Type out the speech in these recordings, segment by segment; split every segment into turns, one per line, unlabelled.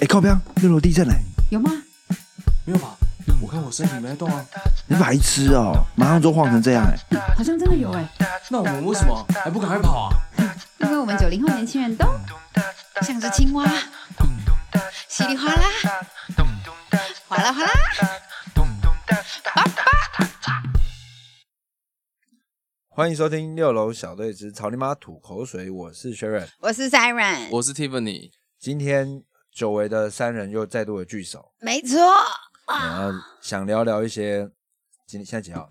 哎，靠边，六楼地震嘞、
有吗？
没有吧？我看我身体没在动啊。
你白痴哦，马上就晃成这 样哎、
好像真的有哎、
那我们为什么还不赶快跑啊？
因为我们九零后年轻人都像只青蛙，稀里哗啦，哗啦哗啦。
欢迎收听六楼小队之草泥马吐口水，我是 Sharon。
我是 Siren，
我是 Tiffany，
今天久违的三人又再度的聚首，
没错，
然后想聊聊一些今天现在几号？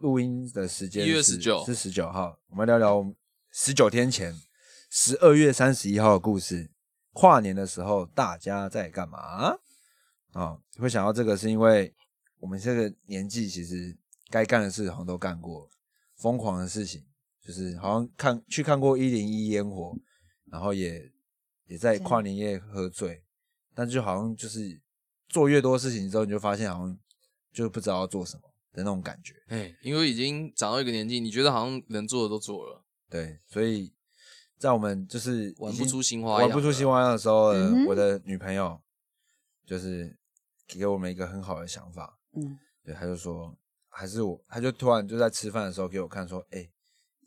录音的时间
1月
是
19
是十九号，我们聊聊十九天前十二月三十一号的故事。跨年的时候大家在干嘛？啊、会想到这个是因为我们这个年纪其实该干的事好像都干过了，疯狂的事情就是好像看去看过一零一烟火，然后也也在
真的
跨年夜喝醉，但就好像就是做越多事情之后，你就发现好像就不知道要做什么的那种感觉。
哎，因为已经长到一个年纪，你觉得好像能做的都做了，
对，所以在我们就是
玩
已
不
经
出新花样，
玩不出新。花样的时候，呃
嗯哼
我的女朋友就是给我们一个很好的想法，
嗯，
对，她就说，还是我，她就突然就在吃饭的时候给我看说，哎、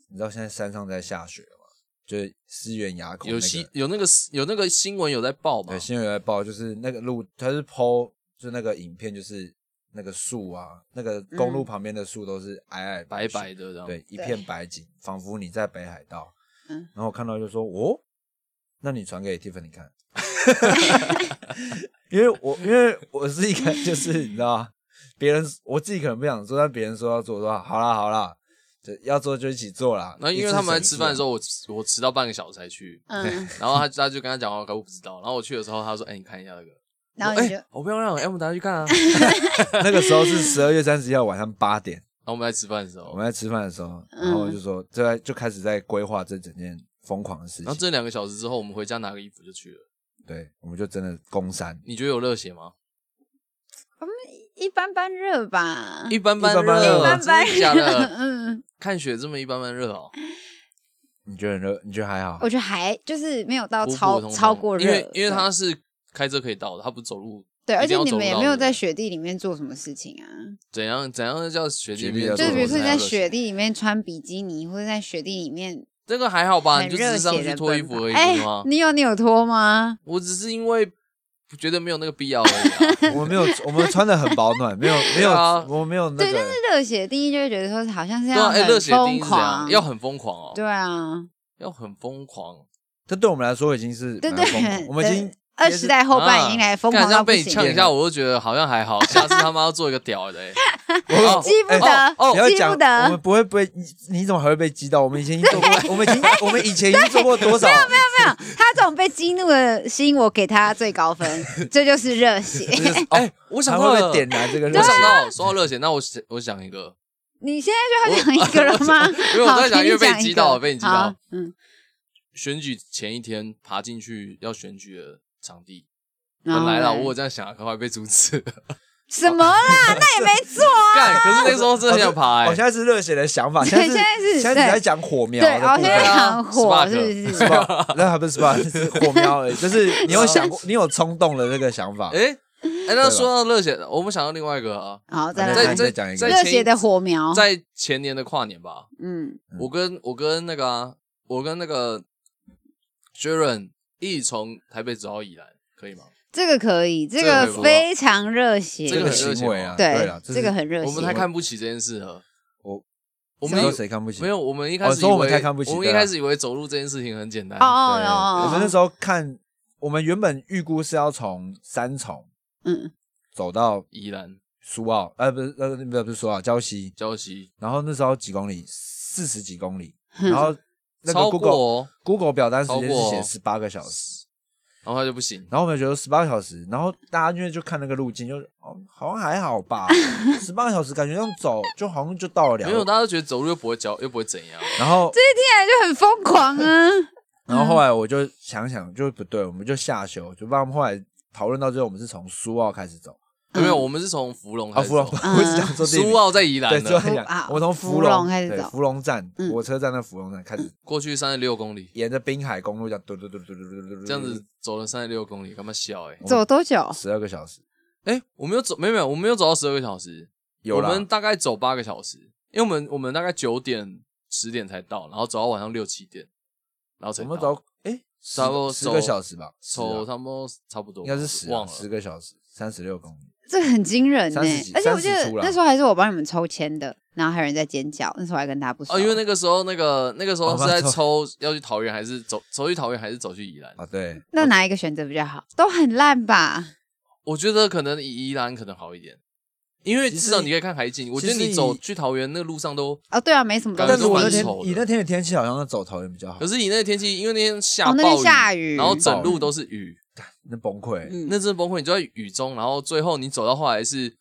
你知道现在山上在下雪了吗？就是思源垭口、那个
有新有那个有那个新闻有在报嘛
对，？新闻有在报，就是那个路，它是剖，就是那个影片，就是那个树啊，那个公路
嗯
旁边的树都是矮矮
白
雪
白的这样。
对，一
对
片白景，仿佛你在北海道。
嗯
然后我看到就说：“哦，那你传给 Tiffany 看，因为我因为我是一个就是你知道吗？别人我自己可能不想做，但别人说要做，我说好啦好啦，就要做就一起做啦。
然后因为他们在吃饭的时
候，
候，我迟我迟到半个小时才去，
嗯，
然后他他就跟他讲话，我不知道。然后我去的时候，他说：“哎，你看一下那个。”
然后
我
你
说
就
哎，我不要让 M 大家去看 啊。
那个时候是十二月三十一号晚上八点，
然后我们在吃饭的时
我
候，
们在吃饭的时候，然后
嗯
我就说就在就开始在规划这整件疯狂的事
然后
情。
这两个小时之后，我们回家拿个衣服就去了。
对，我们就真的攻山，
你觉得有热 血吗？
一般般热吧，
一般般
一般般
热，
热
般般
真的假的？
嗯，
看雪这么一般般热哦，
你觉得热？你觉得还好？
我觉得还就是没有到
普普
超
通通
超过热，
因为因为他
对
是开车可以到的，他不是走路。
对，而
一
且
定要
你
走
们
路
也
到
没有
那
在
个
雪地里面做什么事情啊？
怎样怎样叫雪地里面
雪地要
做
就
什
是
么
比如说你
才
在
有热
雪
血，
地里面穿比基尼，或者在雪地里面
这个还好吧？
很
啊你就只
热
是上
血
去
的
脱衣
奔
服而已，
跑。哎
不是 吗？
你有你有脱吗？
我只是因为觉得没有那个必要 而已啊。
我们没有，我们穿的很保暖，没有没有
对啊，
我们没有那
对，但
个
是热血定义就会觉得说好像是
对啊，
要
哎，热
很
血定
疯
义是怎样？
狂，
要很疯狂哦，
对啊，
要很疯狂。
这对我们来说已经是
对
蛮
啊
对
疯狂，我们已经
对二十代后半已经来疯
干
狂
啊这
到
样
不
被你
行
呛一
了，
下，我就觉得好像还好。下次他妈要做一个屌 的，哎
我
哦
记不
哎
得
哦哦
你要
记
讲，
不得
我们不会被你，你怎么还会被激到？我们以前已经做过，我们已经我们以前已经做过多少？
没有 他这种被激怒的心，我给他最高分，这就是热血。
就是哦
哎，我
才
想到
会被
了，
点燃这个热
我
情
想。到
啊
说到热血，那我想我想一个，
你现在就要讲一个了吗？
因 为我
好
在想，
请你
因为被
讲一
击
个
到了，被你击到
好。嗯，
选举前一天爬进去要选举的场地，
然
本
后
来啦，
嘞
我有这啊样想，可后来被阻止 了。
哦什么啦？那也没 做啊。
干，可是那时候真的想爬
我
哎
哦现。在是热血的想法，
对
现在是
现在是
现在
对
只在讲火苗
对，
的
哦，
部
现在
分。
啊
很火，
Spark
是不
是
是？
吧？ 那还不是吧？是火苗而已，就是你有想过，你有冲动了这个想法。
哦哎哎，那说到热血，我们想到另外一个啊，
好，再
好
来
在
你
吧
再
在
讲一个
在
热
前
血的火苗。
在前年的跨年吧，
嗯，
嗯
我跟我跟那个啊，我跟那个 Sharon 一起从台北走到宜兰，可以吗？
这个可以，这
个
个
可以
非常热血。
这
这
个
个
很热情哦
行为啊，对
对
了，，
这个很热血。
我们太看不起这件事了。
我
我
我
们
们
一
谁看不起？
没有，我们一开始
哦
以
说
为
我们太看不起
我们
对
一
啊
开始以为走路这件事情很简单
哦哦
对
哦，
我们那时
候
候看，我们原本预估是要从三重
嗯
走到
宜兰、
苏澳，呃，不是，呃，不是不是苏澳，礁溪。
礁溪，
然后那时候几公里，四十几公里，
嗯
然后那
超
个
过
Google、
哦
Google 表单时间
超过
是
哦
写十八个小时，
然后他就不行。
然后我们觉得十八个小时，然后大家因为就看那个路径，就哦好像还好 吧，十八个小时感觉这样走就好像就到了
没有，
了。
大家都觉得走路又不会脚，又不会怎样。
然后
那就很疯狂啊。
然后后来我就想想，就不对，我们就下修，就把我们后来讨论到最后，我们是从苏澳开始走，
没有，我们是从芙蓉
啊，
开始
嗯芙蓉，
走
我一直讲错地
苏
名。
澳在宜
对，
兰
就
的，
很
啊
讲，我从
芙
芙
蓉开始
对
走
芙蓉站，
嗯
火车站的芙蓉站开始，
过去三十六 公里，
沿着滨海公路这样嘟嘟嘟嘟嘟嘟嘟嘟，
这样子走了三十六公里，干嘛笑哎、欸？
走多久？
十二个小时，
哎、我没有走，没有没有，我没有走到十二个小时，
有
我
啦
们大概走八个小时，因为我们我们大概九点十点才到，然后走到晚上六七点，然后才
我
到
们走哎，十
差不多
十个
走
小时吧，十啊
走差不多差不多
应
吧，
该是十啊
忘了
十个小时，三十六公里。
这个很惊人呢、欸
30几
而且我记
30
得
出啦
那时候还是我帮你们抽签的，然后还有人在尖叫，那时候还跟他不熟。
哦，因为那个时候那个那个时候
哦
是在
走
抽要去桃园还是走走去桃园还是走去宜兰，
啊，对，
哦
那哪一个选择比较好？都很烂吧？
我觉得可能宜兰可能好一点，因为
其
至
实
少你可以看海景。我觉得
其实
你走
以
去桃园那个路上都，
哦，对啊，没什么东
感
西。
觉
但是
都
我
蛮
那
丑
天
的
以那天的天气好像是走桃园比较好
可，是你那个天气，因为那天下
哦
暴雨，
那天下雨
然后整路都是雨，
那崩溃。
嗯
那真的崩溃。你就在雨中，然后最后你走到后来是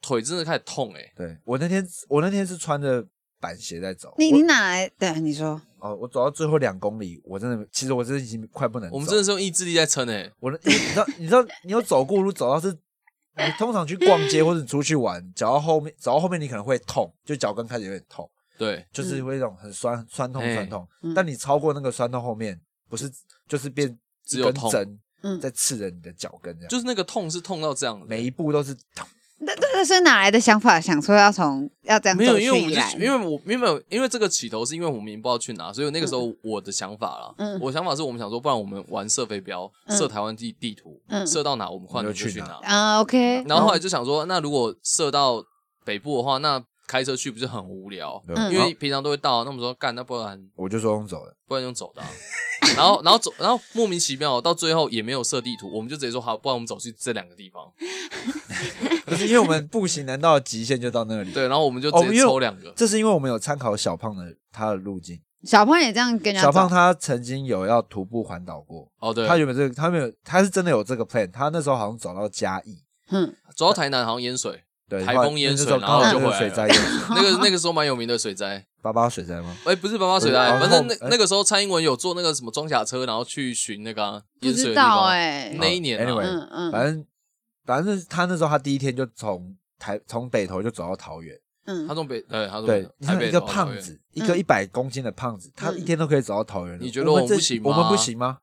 腿真的开始痛哎、欸
对我那天我那天是穿着板鞋在走，
你
我
你哪来？对，啊你说
哦，我走到最后两公里，我真的其实我真的已经快不能走。
我们真的是用意志力在撑哎、 欸
我的，你知道，你知道，你有走过路走到是，你通常去逛街或者你出去玩，脚到后面，走到后面你可能会痛，就脚跟开始有点痛，
对，
就是会那种很酸、酸痛、
哎
酸痛。
嗯
但你超过那个酸痛后面，不是就是变
只
一
有
根
痛
针
嗯
在刺着你的脚跟这样，
就是那个痛是痛到这样的，
每一步都是痛。
那那那是哪来的想法？想说要从要这样
没有，
走
因为我
去
们
宜兰
就因为我没有因为这个起头是因为我们也不知道去哪，所以那个时候我的想法啦，
嗯
我想法是我们想说，不然我们玩射飞镖，
嗯
射台湾地地图，
嗯
射到哪我们换
我
就
们就
去
去
哪。
啊，OK，
然后后来就想说，那如果射到北部的话，那开车去不是很无聊？
嗯
因为平常都会到，那我们说干，那不然
我就说用走了，
不然用走的啊、然后然后走，然后莫名其妙到最后也没有设地图，我们就直接说好，不然我们走去这两个地方。
可是因为我们步行难道极限就到那里？
对，然后我们就
哦
直
因
接
为
抽两个。
这是因为我们有参考小胖的他的路径，
小胖也这样跟人家
小胖
走
他曾经有要徒步环岛过，
哦，对，
他原本这个他没有，他是真的有这个 plan，他那时候好像走到嘉义，
嗯，
走到台南好像 淹水，
对，
台
后来
风淹
那时
水
候
然
刚
后
好
就
就是
回来
水
了
灾淹水，
那个那个时候蛮有名的水灾。
八八水灾吗？
哎、不是八八水
呃
灾，反正
后
那那个时候蔡英文有坐那个什么装甲车，然后去寻那个啊
不
淹
知
水的地方
道。哎，
那一年啊
哦，anyway，
嗯嗯
反正反正他那时候他第一天就从台从北投就走到桃园，
他
嗯，
从北，对，他从
对
北，
你
台
看
北
一个
到桃
胖
园，
子，一个一百公斤的胖子，他一天都可以走到桃园了，
你觉得
我
我
们
们
这
不行
我们
吗
不行吗？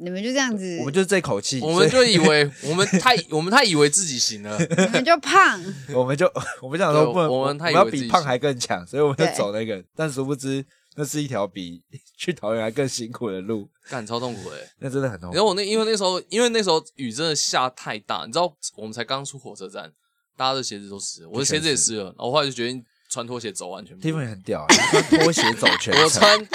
你们就这样子，
我们就是这口气，
我们
所
就以为我们太我们太以为自己行了，
你们就胖，
以我们就 我们想
对
说不能，
我
我
们太以为
要
自
比
己行
胖还更强，所以我们就
对
走那个，但殊不知那是一条比 去桃园还更辛苦的路，
干超痛苦的、欸。
那真的很痛
然。后我那因为那时候因为那时候雨真的下太大，你知道我们才刚出火车站，大家的鞋子都湿了，我的鞋子也湿了，然后我后来就决定穿拖鞋走完全部。
Tiffany 很屌，他拖鞋走全
我
程，
穿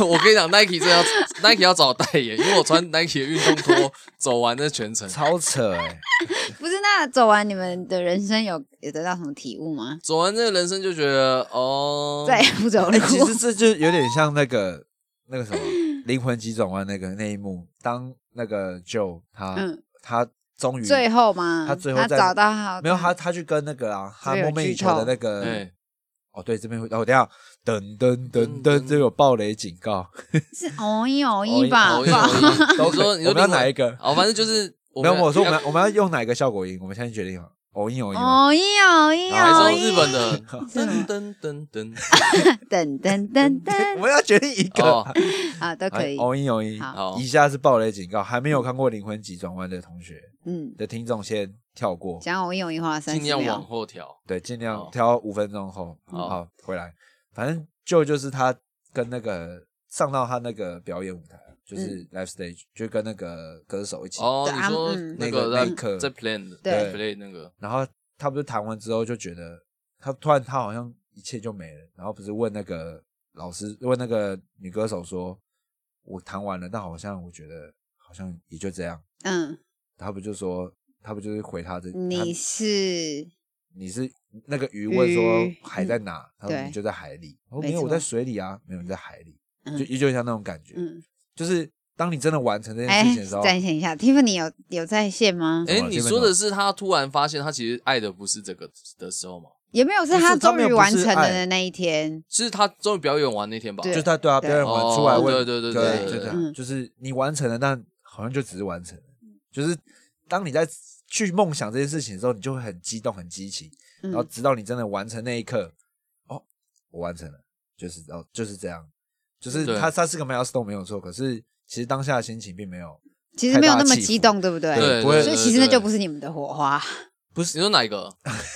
我我跟你讲，Nike 真的要 Nike 要找我代言，因为我穿 Nike 的运动拖走完那全程。
超扯 哎！
不是？那走完你们的人生有有得到什么体悟吗？
走完这个人生就觉得哦，
再 也不走
哎，
路，
其 实这就有点像那个那个什么《灵魂急转弯》那个那一幕，当那个 Joe 他、
嗯
他终于
最后
啊
吗？
嗯他最后在
找到好
没有他他去跟那个啊，
这
他
边有
梦寐以
剧
求的
透
那个、
哎，
哦对，这边会哦等一下噔噔噔
噔
噔，
噔
这有暴雷警告，
是偶一偶一吧
偶一？偶一
都 可以
你说你
我们要
说另外
哪一个？
哦，反正就是我
没有，
们
我说我们
要
要我们要用哪一个效果音？我们现在决定好，偶音偶音 吗？
偶一偶一
然
还
后
偶
是
一，
用日本的噔
是
噔噔噔
噔噔噔
我
噔
们要决定一个。
哦，
啊，都 可以
哎，偶音偶音，
好
以下是暴雷警告，还没有看过《灵魂急转弯》的同学
嗯。
的听众先跳过，
讲偶一偶一花三
尽
十
量
秒，
往后调。
对，尽量
好
挑五分钟后，嗯
好
好回来。反正就就是他跟那个上到他那个表演舞台，就是
嗯
live stage，、就跟那个歌手一起。
哦，
对
你
啊
说
嗯
那
那个
个
那一刻
在在 plan 的
对
在 play 那个，
然后他不是弹完之后就觉得，他突然他好像一切就没了。然后不是问那个老师，问那个女歌手说：“我弹完了，但好像我觉得好像也就这样。
嗯，”
他不就说，他不就是回他这，他
你是
你是那个鱼问说
鱼
海在哪？他说
对
你就在海里。我
没
说没有，我
错
在水里啊。没有，你在海里，
嗯
就依旧像那种感觉。
嗯，
就是当你真的完成这件
哎
事情的时候，，
暂停一下，Tiffany 有有在线吗？
哎，
么
你
基本
说的
上
是他突然发现他其实爱的不是这个的时候吗？
也没有是
不是
他
他
终
没有
于
不
完
是
成了
爱
的那一天，
是他终于表演完那天吧？
对
就是他对啊，
对
表演完
哦
出来问，
对
对
对对
对
对
嗯
就是你完成了，但好像就只是完成了，就是当你在去梦想这件事情的时候，你就会很激动、很激情，然后
嗯，
直到你真的完成那一刻，哦，我完成了，就是哦，就是这样，就是
对
它它是个 milestone 没有错，可是其实当下的心情并没有，
其实没有那么激动，对不对？
对，
不会
所以其实那就不是你们的火花，
不是你说哪一个？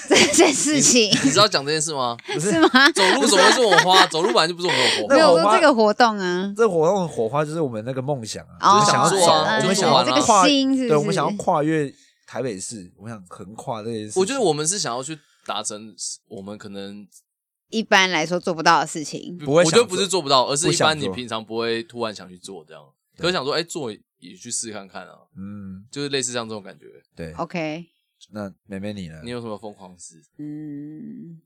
这件事情
你知道讲这件事吗？
不
是
是
吗？
走路怎么会是我花？走路本来就不是我们的
那
啊没
活
有
火
我说
花
这个活动啊，
这活动的火花就是我们那个梦想啊，
哦
就是想要
想做啊
走，我
就
们
是
想
玩
要
啊
这
跨
个，心是不是
对，我们想要跨越台北市，我们想横跨这些事情，
我觉得我们是想要去达成我们可能
一般来说做不到的事情，
不会
我
想
觉
做
得不是做不到，而是一般
不想
你
做
平常不会突然想去做这样，可是想说哎、做也去试看看啊，
嗯，
就是类似像这种感觉。
对，
OK，
那妹妹你呢？
你有什么疯狂事？
嗯，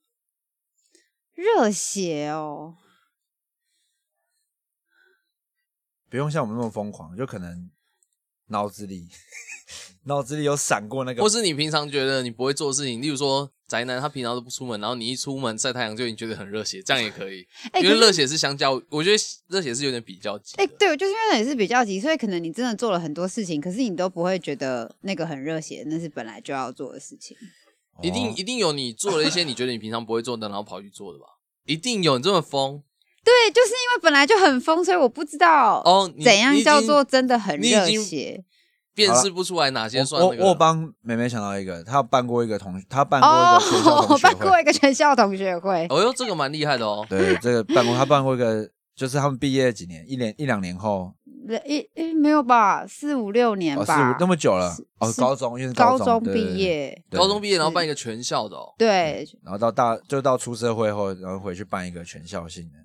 热血哦，
不用像我们那么疯狂，就可能脑子里脑子里有闪过那个
或，是你平常觉得你不会做的事情，例如说宅男他平常都不出门，然后你一出门晒太阳就已经觉得很热血，这样也可以。
哎
因
可
为
是
热血是相较，我觉得热血是有点比较级的。
哎、对，就是因为你是比较急，所以可能你真的做了很多事情，可是你都不会觉得那个很热血，那是本来就要做的事情。
一定
哦
一定有你做了一些你觉得你平常不会做的，然后跑去做的吧？一定有你这么疯
对，就是因为本来就很疯，所以我不知道
哦你
怎样
你已
叫
经
做真的很
你已
热
经
血。
辨识不出来哪些算
我我
那个。
我有帮妹妹想到一个，她有办过一个同，她办过一
哦
个学校，同
我
学
办
会，
过一个全校同学会，
哦哟，这个蛮厉害的哦。
对这个办过，她办过一个，就是他们毕业几年，一年一两年后，
一一没有吧，四五六年
哦，是
吧，
那么久了，哦，
是
高中因为是
高
中
中毕，业，
对对对
高中毕业然后办一个全校的哦，
对，
然后到大就到出社会后，然后回去办一个全校性的，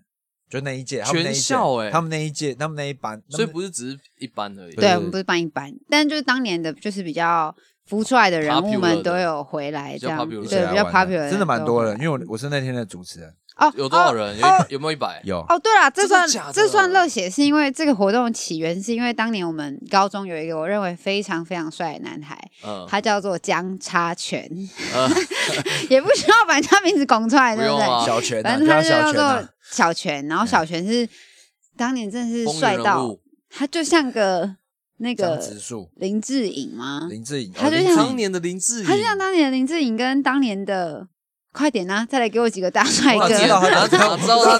就那一届，他们那一届
全校欸
他们那一届，他们那一班，
所
他
以
们
不是只是一般而已。
对
对我们不是办一班，但就是当年的，就是比较浮出来的人物
Popular
们
的
都有回来，
比
这
较
样
popular
一
的
起
对
来
比较
玩
popular 人
真的蛮多
都
的，
回
因
来
为我我是那天的主持人，
哦
有多少
哦
人？有
哦
有没有一百？
有
哦，对了，这
真
算
的假的
这算热血，是因为这个活动起源是因为当年我们高中有一个我认为非常非常帅的男孩，
嗯，
他叫做江叉拳，
呃，
也不需要把他名字拱出来，
不
对
用
对？
啊嗯
小泉啊，
哦反正他
叫小
就叫
泉
做
啊，
小泉，然后小泉是当年真的
风
是
云
帅
人
到
物，
他就像个那
江
个
直树、
林志颖吗？
林志颖，
他
哦
就
林
像
志颖
当年的林志颖，
他就像当年的林志颖跟当年的，快点啊，再来给我几个大帅
我
哥，
哪
知
知
道
道
他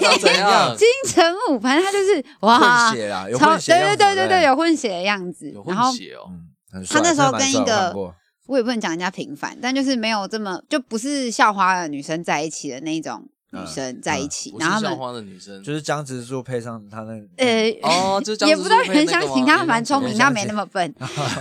他怎样
怎样，知道他长怎 样，
金城武，反正他 就是哇
混，血啊
啊
啦，有
啊超
混血
对
样
对
子，
对对对，
不
有混血的样子
有。
然
混
后
血哦。
嗯，很
他
帅
那时候
真的蛮
跟一
帅我
个
看过
我也不能讲人家平凡，但就是没有这么就不是校花的女生在一起的那一种女生在一起，
嗯不是
然后他
校
们
花的女生，
就是江直树配上他那
呃。
哦，就是江
也
直
不
树
知道
配
人
那
相
个
信
吗
他蛮聪明，他没那么笨。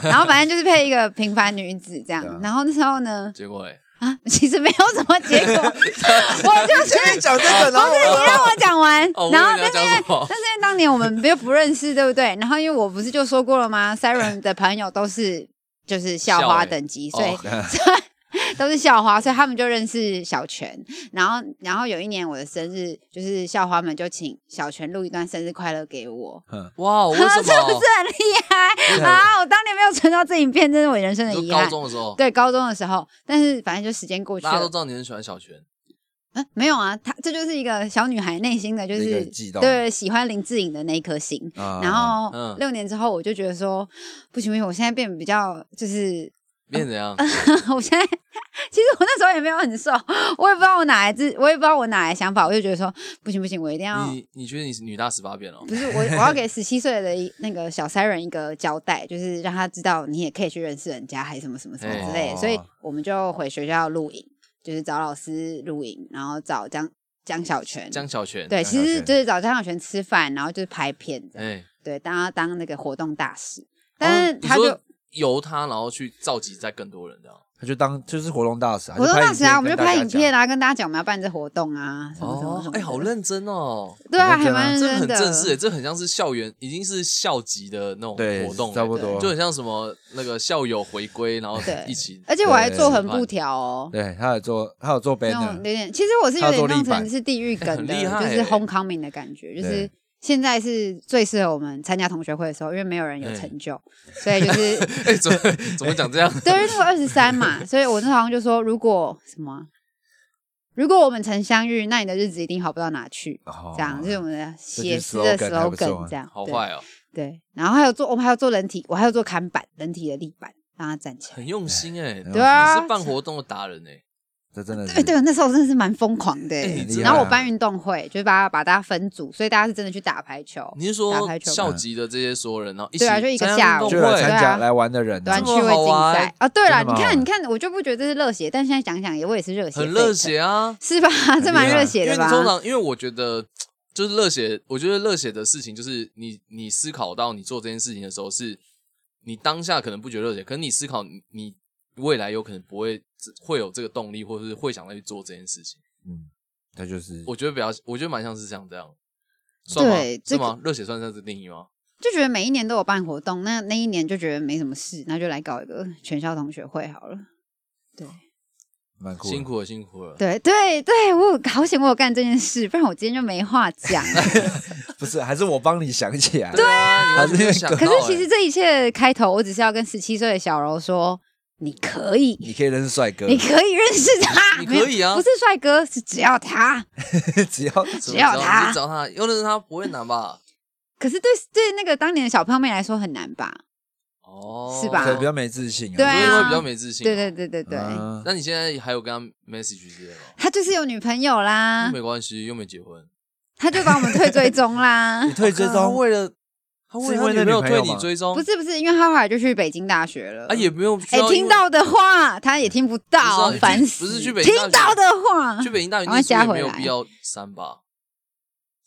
然后反正就是配一个平凡女子这样
对啊。
然后那时候呢，
结果哎，
啊， 其实没有什么结 果，我就是
讲这个，然后
你让我讲完，
哦，我以
然后
为你要
但是
讲什么？
但是因为当年我们又不认识，对不对？然后因为我不是就说过了吗？Siren 的朋友都是就是校
校欸
花等级，所以、
哦
都是校花，所以他们就认识小泉。然后，然后有一年我的生日，就是校花们就请小泉录一段生日快乐给我，
哇，为什
是不
么？
是很 厉害啊？我当年没有存到这影片，真是我人生的
你
遗
说高
憾。
中的时候，
对，高中的时候，但是反正就时间过去
大家都
了
知，道你很喜欢小泉，
嗯，没有啊，她这就是一个小女孩内心的，就
一个
是
悸动啊
对喜欢林志颖的那一颗心。然后
嗯
六年之后，我就觉得说，不行不行，我现在变比较就是，
变怎样？
我现在其实我那时候也没有很瘦，我也不知道我哪来自，我也不知道我哪来想法，我就觉得说，不行不行，我一定要。
你你觉得你是女大十八变哦？
不是我，我要给十七岁的一那个小三人一个交代，就是让他知道你也可以去认识人家，还什么什么什么之类的。
哦
所以我们就回学校录影，就是找老师录影，然后找江江小泉，
江小泉，
对，
江
其
小
实
泉
就是找张小泉吃饭，然后就是拍片这样，
哎，
对，当他当那个活动大使，但是
哦你
他就、
说由他，然后去召集再更多人这样。
他就当就是活动大使啊，
活动大使啊，我们就拍影片
啊，
啊，跟大家讲我们要办这活动啊，什么什么什么，
哦
的，
哎，好认真哦，
对啊，
很认
还
真啊
蛮认
这个
真
很
的，
正式，哎，这很像是校园，已经是校级的那种
对，
活动，
差不多，
就很像什么那个校友回归，然后
对
一起
而且我还
对
做横布条哦。
对，他有做，他有做
那种
banner，
有点，其实我是有
他做
点弄
立板
成是地狱梗的，
很厉害
就是 homecoming 的感觉，就是
对
现在是最适合我们参加同学会的时候，因为没有人有
哎
成就，所以就是
哎，怎么怎么讲这样？
对，因为那个二十三 嘛，所以我那时候好像就说，如果什么啊，如果我们曾相遇，那你的日子一定好不到哪去。
哦
这样，这是我们的
这
写
句
诗的
slogan 还不错
slogan，
啊
这样。
好
对
坏哦，
对，然后还有做，我们还有做人体，我还有做砍板，人体的立板，让他站起来。
很用心哎、
很用
对啊
你是办活动的达人哎、
这真的是
对对，那时候我真的是蛮疯狂的、
哎
厉害
然后我
啊
办运动会，就是把把大家分组，所以大家是真的去打排球，
你是
打
说
排球
校
吧
级的这些所有人，然后一起
对啊就一个
参加
下午
运
就
动
来
会
参
对
加
啊
来玩的人啊，
短趣
这么
味
好
竞
玩
赛啊。对了，
真的
你
吗
看，你看，我就不觉得这是热血，但现在想想也我也是热血沸腾，
很热血啊，
是吧？这蛮
厉害
热
因
血
为
的
你
吧？
通常因为我觉得就是热血，我觉得热血的事情就是你你思考到你做这件事情的时候是，你当下可能不觉得热血，可是你思考你你未来有可能不会会有这个动力，或者是会想再去做这件事情。
嗯，他就是
我觉得比较，我觉得蛮像是这样这样，算吗？
对
是
这个
吗？热血算是这定义吗？
就觉得每一年都有办活动，那那一年就觉得没什么事，那就来搞一个全校同学会好了。
蛮酷的，
辛苦了，辛苦了。
对对对，我有好险我有干这件事，不然我今天就没话讲。
不是还是我帮你想起来，
对
还
啊，还
是因为
想到
可是其
欸
实这一切的开头，我只是要跟十七岁的小柔说，你可以，
你可以认识帅哥，
你可以认识他，
你
没有
可以啊
不是帅哥，是只要他。
只 要
怎么
只要
知道
他
你找他，要认识他不会难吧？
可是对对那个当年的小胖妹来说很难吧？
哦，
是吧
可能比较没自信啊，
嗯对
所以
啊
说比较没自信。
对对对对对，
啊
那你现在还有跟他 message 之类的吗？
他就是有女朋友啦
又，没关系，又没结婚。
他就把我们退追踪 啦
你。退追
他
踪，
为了他
为了
为了
他女
没有
朋友
退你
吗
追踪，
不是不是，因为他后来就去北京大学了。
哦啊，也没有需
哎、
要因
听
为
到的话他也听不到
不是啊，
烦
去
死！
不是去北京
听
大
到
学
的话，
去北京大学
赶快
念书也
加
没
回
有
来
必要删吧？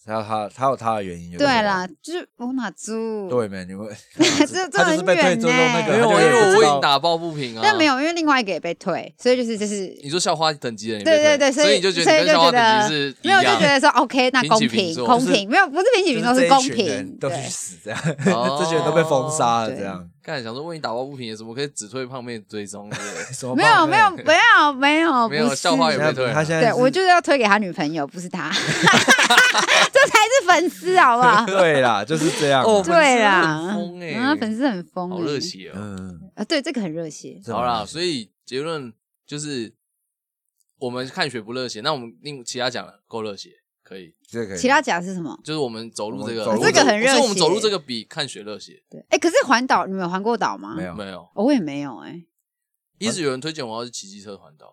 还有他，他有他的原因，
对啦，就是我马猪，
对没？你会
这
他
这
就是
很
被退
远
追踪那
呢
个
没有，
他
啊，
就
因
会
为
知
我为
道
你打抱不平啊。
但没，有，因为另外一个也被退，所以就是就是
你说校花等级的人也
对
被
对
退，
对，
所
所
你就觉得你跟校花等级是一
没有就觉得
样，
说 OK，那
平
公
起平
平
坐
公
就是
平，没有不是平起
就是
平坐，
这
是
一
公
群人
平，
都去
对哦
死这样，
哦
这些人都被封杀了这样，
干想说为你打抱不平，也怎么可以只退胖妹追踪？对不对
什么
没有
报
没有
备
没有没有
没有
不是
校花也
啊现在
没退啊
他现在
对
是？
我就是要推给他女朋友，不是他， 这才是粉丝好不 好
对啦，就是这 样，啊
哦粉丝
对啦
很疯，欸
嗯，粉丝很疯欸，
好热血哦！
嗯，
啊！对，这个很热血，
这
好
种
啦，
东西
所以结论就是，我们看雪不热血，那我们另其他讲了够热血，可以，
这个
其他讲是什么？
就是我们走路这个，
我们走路
我们
这个
很热血
所以我们走路这个比看雪热血
对，哎，可是环岛你们有环过岛吗？
没，有啊
没有，
我也没有哎。
一直有人推荐我要去骑机车环岛，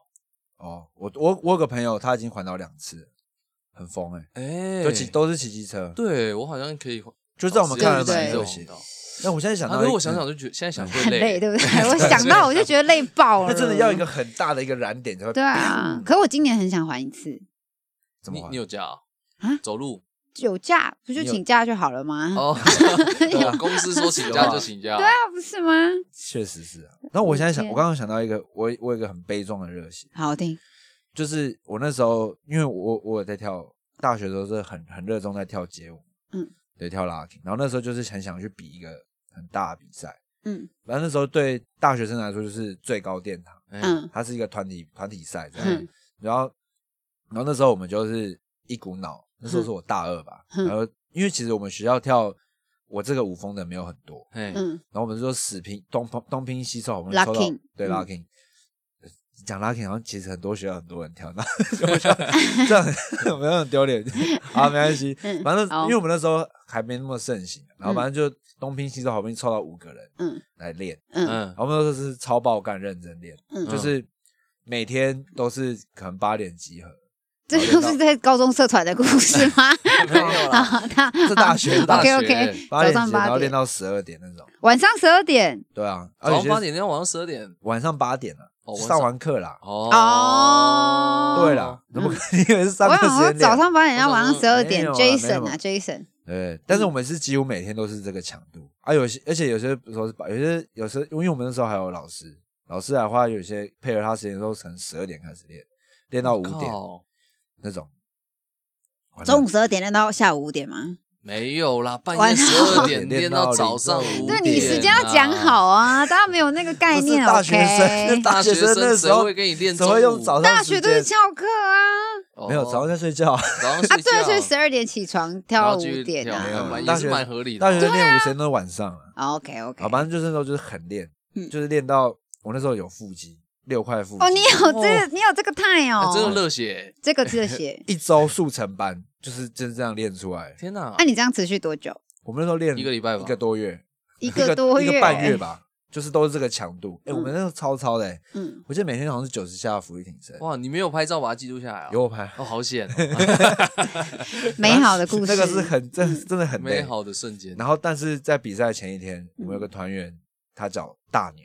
哦，我我我有个朋友他已经环岛两次了，很疯哎，
哎
都骑都是骑机车，
对我好像可以环，哦
就在我们看来
对
蛮
对
热
热
血
血
的
的。。
那我现在想
啊
到
可
一，
是我想想
嗯，
就觉得现在想
很
会
累，
累，
对不对？我想到我就觉得累爆了。
那真的要一个嗯很大的一个燃点才会
对啊，可我今年很想还一次，
怎么
你
环
你？有假啊
啊？
走路
有假不就
你有
请假就好了吗？
哦，
对啊
公司说请假就请假，
嗯对啊，不是吗？
确实是啊。那我现在想，
天
我刚刚想到一个，我我有一个很悲壮的热血，
好听，
就是我那时候，因为我我有在跳，大学的时候是很很热衷在跳街舞，
嗯，
对，跳 locking。然后那时候就是很想去比一个很大的比赛，
嗯
然后那时候对大学生来说就是最高殿堂，
嗯，
嗯
它是一个团体团体赛这样。
嗯
然后，然后那时候我们就是一股脑，那时候是我大二吧，
嗯
然后因为其实我们学校跳我这个舞风的没有很多，
哎，
嗯，
然后我们就死拼东东拼西凑，我们抽到
Locking，
对
嗯
locking。讲呃 locking 好像其实很多学校很多人 跳，那我想这 样 我们很丢脸啊，没关系，
嗯
反正
好
因为我们那时候还没那么盛行，啊然后反正就东拼西凑，好不容易凑到五个人，
嗯，
来练，
嗯
嗯
然后我们那时候是超爆干认真练，
嗯
就是每天都是可能八点集 合，
这都是在高中社团的故事吗？
没有啦，
好，他
是大学是大
OK
学
OK，
八
早
点
上
集合然后
八
练
点，
到十二点那种，
晚上十二点
对啊，而且
早
就
上
是
八点，天晚上十二点，
晚上八点了，
哦
就
晚
上
上
完课啦，
哦。
对啦，怎么可能 以为是上
我
课
想
时
说
间点
早？上八点到晚上十二点
我想说没有啊没有
，Jason 啊，Jason，
对，但是我们是几乎每天都是这个强度啊，有些而且有些时候是把有些有时候，因为我们那时候还有老师，老师来的话有些配合他时间的时候，从十二点开始练，练到五点
靠
那种。完了
中午十二点练到下午五点吗？
没有啦，半夜
晚 上
十二点
练
练
到
到早上
凌晨
五
对
对
点，
你时间要讲好。啊，大家没有 那个概
不是
念。
大学生，
OK，
大学生 那时
谁
候
会跟你练
怎
中
么
午？
会用早上
大
时
学都
间
是翘课 啊，
哦
没有早上在睡 觉，
早上
啊，
睡觉，
对，所以十二点起床，
然
跳
后
到
去
五点
没
跳
啊。哦
有
蛮
大
也是
学
蛮合理的
大
啊。
学生练舞时间都是晚上了。
OK OK，
啊好，反正就是那时候就是很练，
嗯
就是练到我那时候有腹肌，六块腹肌。。
哦，你有这个，你有这个态
哎
哦，
真的热血，
这个热血
一周速成班，就是就是这样练出来。
天哪
那！你这样持续多久？
我们那时候练
一个礼拜吧
一个多月，
一
一个
多
一个
月，欸
半月吧，就是都是这个强度。哎、我们那个超超的、欸，
嗯，
我记得每天好像是九十下的俯卧挺身，
哇，你没有拍照把它记录下来啊？
有我拍，
哦，好 险哦，
美好的故事，
那个是很真真的很累
美。好的瞬间。
然后，但是在比赛前一天，我们有个
嗯
团员他脚大 扭，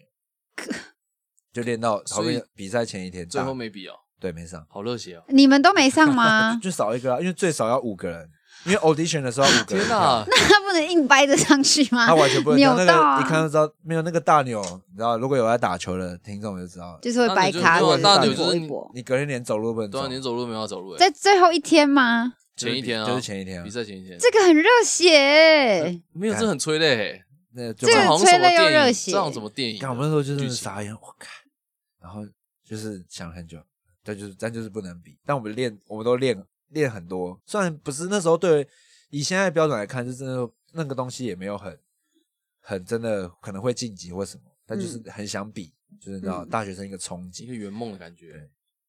就练到逃
所以
避比赛前一天大，
最后没比哦，
对没上，
好热血哦！
你们都没 上吗？
就少一个啊，因为最少要五个人，因为 audition 的时候要五个人
天，哪，
他不能硬掰着上去吗？
他完全不能跳
扭
那
到啊
个，一看就知道没有那个大扭，你知道如果有在打球的听众就知道，
就是会掰
大
卡，
就是
扭
或者
大
是
扭
就是
搏
你
一搏。
你隔天连走路都不能
多少
走，
年走路没有走路欸？
在最后一天吗？
就是
前一天啊，
就是前一天啊
比赛前一天，
这个很热血欸，
没有，这很催泪欸，
那就
这个
这好像什么
催泪又
电
热
影，
血
这好像什么电影？啊
看我们那时候就
剧
是
情
傻眼，我靠！然后就是想了很久，但就是但就是不能比。但我们练，我们都练练很多，虽然不是那时候对以现在的标准来看，就真的那个东西也没有很很真的可能会晋级或什么，但就是很想比，就是你知道、
嗯
大学生一个冲
一个
击，
圆梦的感觉
对。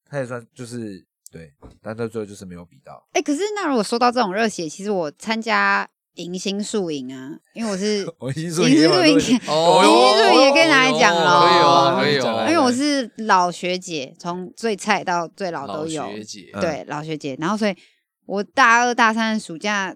他也算就是对，但到最后就是没有比到。
哎、可是那如果说到这种热血，其实我参加迎新宿营啊，因为我是迎
我已经
新宿营，
哦
其实也可以拿来讲
哦
咯
可以哦，可以
讲
哦
来
因。为我是老学姐，从最菜到最老
老
都有，
学姐，
嗯
对老学姐。然后所以，我大二大三的暑假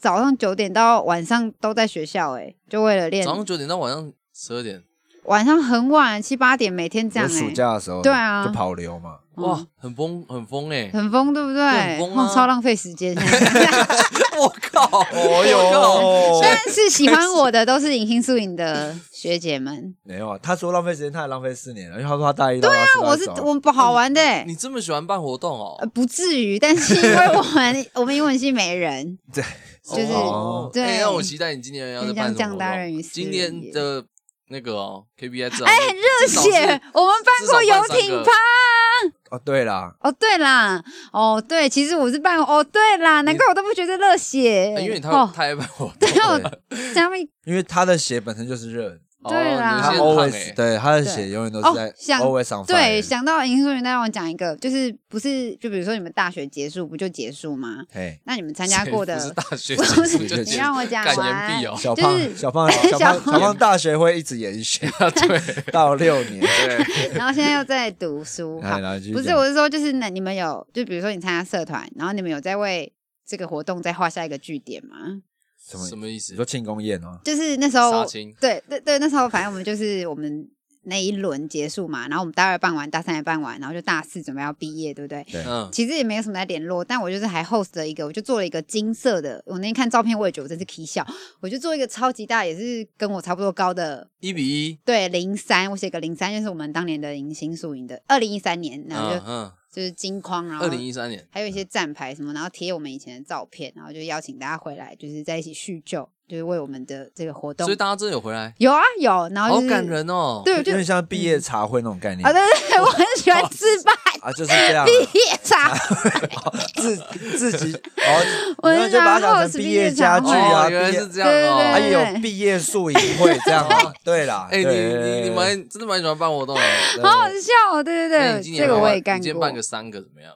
早上九点到晚上都在学校、欸，就为了练
早，上九点到晚上十二点，
晚上很晚七八点，每天这
我
样、欸，
暑假的时候，
对啊
就跑流嘛，
嗯
哇，很疯，很疯哎！
很疯，对不对？
很疯啊
哇超浪费时间。但
我靠，
哦 哟
我靠
是喜 欢我的都是迎新宿营的学姐们，
没有啊。他说浪费时间，他也浪费四年了，因为他说他大一到对啊
那我是我们不好玩的、欸
你这么喜欢办活动
呃，
哦？
不至于，但是因为我们 我们英文系没人，
对，
就是、
哦
对
哎那 我期待你今年要再办
很像
什么
降
活
大任于
动？
斯
今年的那个哦 KPI 至少
哎，很热
至少是
血，我们办过游
至少
艇
办
趴
三个。
哦，对啦，
哦，对啦，哦对，其实我是办哦，对啦，难怪我都不觉得热血，
哎因为他
哦，
他也办活动
对，我下面
因为他的血本身就是热的，
哦
对啦
你
他
是很胖
always
哎，
对他的血永远都是在
嗯哦想
always on fire。
对想到银素云，再让我讲一个，就是不是就比如说你们大学结束不就结束吗？
哎，
那你们参加过
不是
的，
大学
不
结
是
束就
你
结
让我讲
干
完
言，毕哦
小
就
胖
是
小胖小
小
胖小胖大学会一直延 续
对
到六年。
对，
然后现在又在读 书，好
来，来继续
不是
讲
我是说就是那你们有就比如说你参加社团，然后你们有在为这个活动再画下一个句点吗？
什么
什么意思
你？说庆功宴哦，
就是那时
杀
候
青，
对对对，那时候反正我们就是我们那一轮结束嘛，然后我们大二办完，大三也办完，然后就大四准备要毕业，对不对？
嗯，
其实也没有什么在联络，但我就是还 host 了一个，我就做了一个金色的。我那天看照片，我也觉得我真是 K 笑，我就做一个超级大，也是跟我差不多高的，
一比一，
对零三，我写个零三，就是我们当年的迎新宿营的，二零一三年，然后就、
嗯嗯，
就是金框，然后
二零一三年，
还有一些站牌什么，然后贴我们以前的照片，然后就邀请大家回来，就是在一起叙旧，就是为我们的这个活动
所以。大家真的有回来，
有啊有，然后、
好
就是、
感人哦。
对，我就
有点像毕业茶会那种概念
啊，对对对，我很喜欢自办
啊，就是这样啊，
毕业茶，
自自己哦，
我
然后就把它
然后
讲
是
成毕
毕
业
业
家
茶
具
对
啊，
哦，
毕业
原来
哎
是这样哦。
还
对对对
有毕业宿营会这样 啊，对啦，
哎，你
对
你你蛮真的蛮喜欢办活动的。
好好笑哦，对
那
对
你
对，
今
这
年
个
办
我
完
也干
你
过。
今天办个三个怎么样？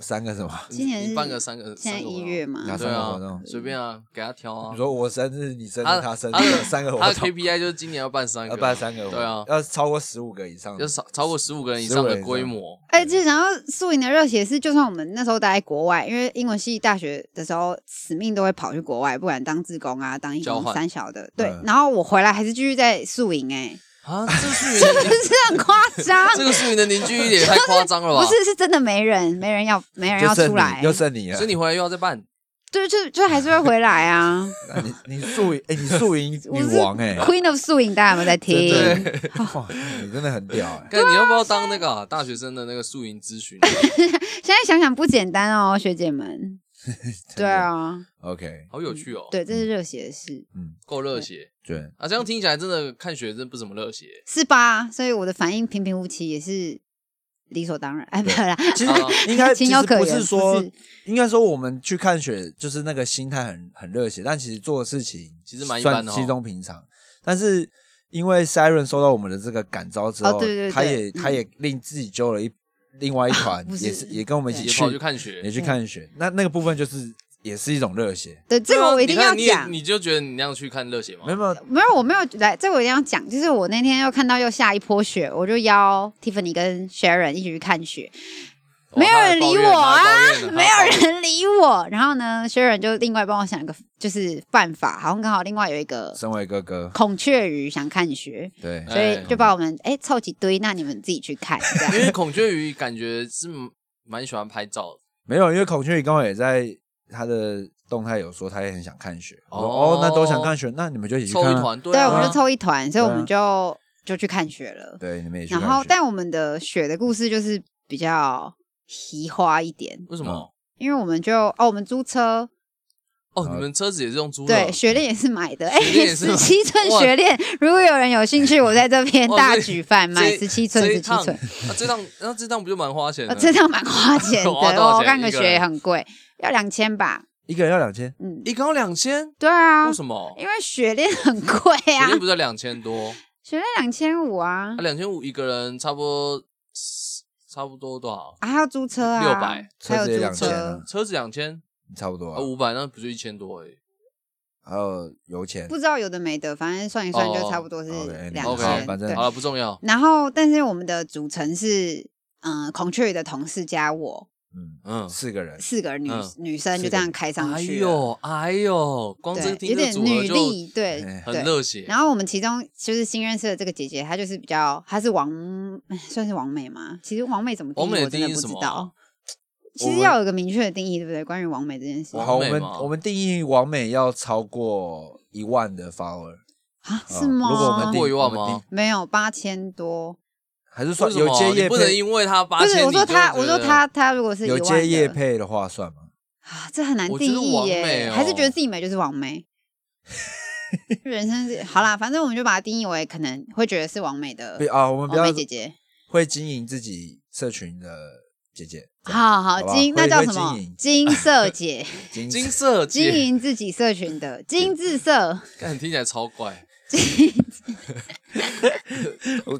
三个什么？
你
今年是
你办个三个，
现在
三个活
一
动
月
哪
嘛，
对
三个活
啊
动，
随便啊，给他挑啊
你。说我生日，你生
他
日，他生
他
日，
的
三个
他
活
的
动，
KPI 就是今年要办三个，
要办三个活动，嗯
对啊，
要超过十五个以上的，
要超超过十五个人以上的规模。
而且哎然后宿营的热血是，就算我们那时候待在国外，因为英文系大学的时候死命都会跑去国外，不管当志工啊，当义
交
工
换
三小的，对
嗯。
然后我回来还是继续在宿营，哎，
啊，这个素云，
真是很夸张
这个素云的凝聚力也太夸张了 吧？
不是是真的没人，没人要，没人要
就剩
出
你，
来
就，剩你了
所以。你回来又要再办，
对，就就还是会回来啊。
你你素营，哎，你素营
我
女
是
王，哎，
Queen of 素影，大家有没有在 听？
真的，哇，你真的很屌，哎，
看你要不要当那个啊大学生的那个宿营咨询？
现在想想不简单哦，学姐们。对啊，
，OK，
好有趣哦，
嗯对，这是热血的事，
够热血
对，
啊！这样听起来真的看雪真不怎么热血。
是吧？所以我的反应平平无奇也是理所当然。哎，没有啦，
其实
啊
应该其
情有
实
可原。
不是说
不，
应该说我们去看雪，就是那个心态很很热血，但其实做的事情
其实蛮一般
算
的哦
稀松平常，但是。因为 Siren 收到我们的这个感召之后，
哦对对对
他也
嗯
他也另自己揪了一另外一团，
不是
也是也跟我们一起
也
去
跑去看
也
雪，
去看雪。那那个部分就是也是一种热血。
对，这个我一定要
啊你看
讲
你。也你就觉得你那样去看热血吗
没？有没有，
没有，我没有来，这个我一定要讲。就是我那天又看到又下一波雪，我就邀 Tiffany 跟 Sharon 一起去看雪，
哦
没有人理我啊， 没有。
他在抱怨他在抱怨他在抱怨
人理我。然后呢，Sharon 就另外帮我想一个就是办法，好像刚好另外有一个
身为哥哥，
孔雀鱼想看雪，
对，
所以
哎
就把我们哎凑几堆，那你们自己去看这样。
因为孔雀鱼感觉是蛮喜欢拍照的，
没有，因为孔雀鱼刚好也在他的动态有说，他也很想看雪。我说
哦
哦，那都想看雪，那你们就一起去
凑一
看啊。
团，对
对，
啊，
我们就凑一团，所以我们
对
就就去看雪了。
对，你们也去
然
看雪。啊
后，但我们的雪的故事就是比较奇花一点，
为什
嗯
么？
因为我们就哦，我们租
嗯
车，
哦，你们车子也是用租的？
对，雪链也是买的，哎，
雪链也是买
十七寸
哇
雪链，如果有人有兴趣，我在这边
哇
大
这
举贩卖，
这
十七寸，
这
十
一
七
趟
寸，
那这趟那这趟不就蛮花钱
呃
的？
这趟蛮花钱 的，
花多少
哦，
钱
看
一
个
个
雪也
人
很贵，要两千吧，
一个人要两千，
嗯，
一缸两千？
对啊
为，什么？
因为雪链很贵
肯
啊
定，不是两千多，啊
雪链两千五啊，
两千五一个人，差不多差不多多少？
啊还要租车啊，
600
还有
车子也
租
两千
车
啊，，
车子两千，
差不多
啊，
啊。
五百那不就一千多而已？
还有油钱
不。知道有的没的，反正算一算就差不多是
哦，OK，
两
OK，
千，
反正
对
好了，不重要。
然后，但是我们的组成是，嗯、孔雀鱼的同事加我
嗯，
嗯，
四个人。
四个女、
嗯
女生
四
就
个
这样开上
哎
去了，
呦哎呦，光这个
对，有
听这
点
组合
女
就
力，对
哎
很
对。
热血。
然后我们其中就是新认识的这个姐姐，她就是比较，她是王，哎算是王美吗？其实王美怎么定
王美
义，
的
我真的
定义
不
是
知
什么
道
啊。
其实
我
要有个明确的定义，对不对？关于王美这件事啊
王
好，我
美
们
吗
我们定义完美要超过一万的 follower，
啊，
啊
是吗？
如果我们定
过一万？
我
吗
们定
没有八千多，
还是
为
算
什
有接
么？啊
业
你不能
配？
因为他八
不
千，
是我说她，
你
我
就觉得
说她，她如果是一
有
万
接业
的
配的话算吗？
啊，这很难
我觉
定
得
义
完美
耶，
哦
还是觉得自己美就是完美。 人生是好啦，反正我们就把它定义为可能会觉得是完美的
不啊，我们不
完
要
美哦姐姐。
会经营自己社群的姐姐，这样
好好
好吧
金那
会
叫
会
什么
经？营
金色姐，
经
金 色
经
姐，
营自己社群
嗯
的金字色。
看听起来超怪。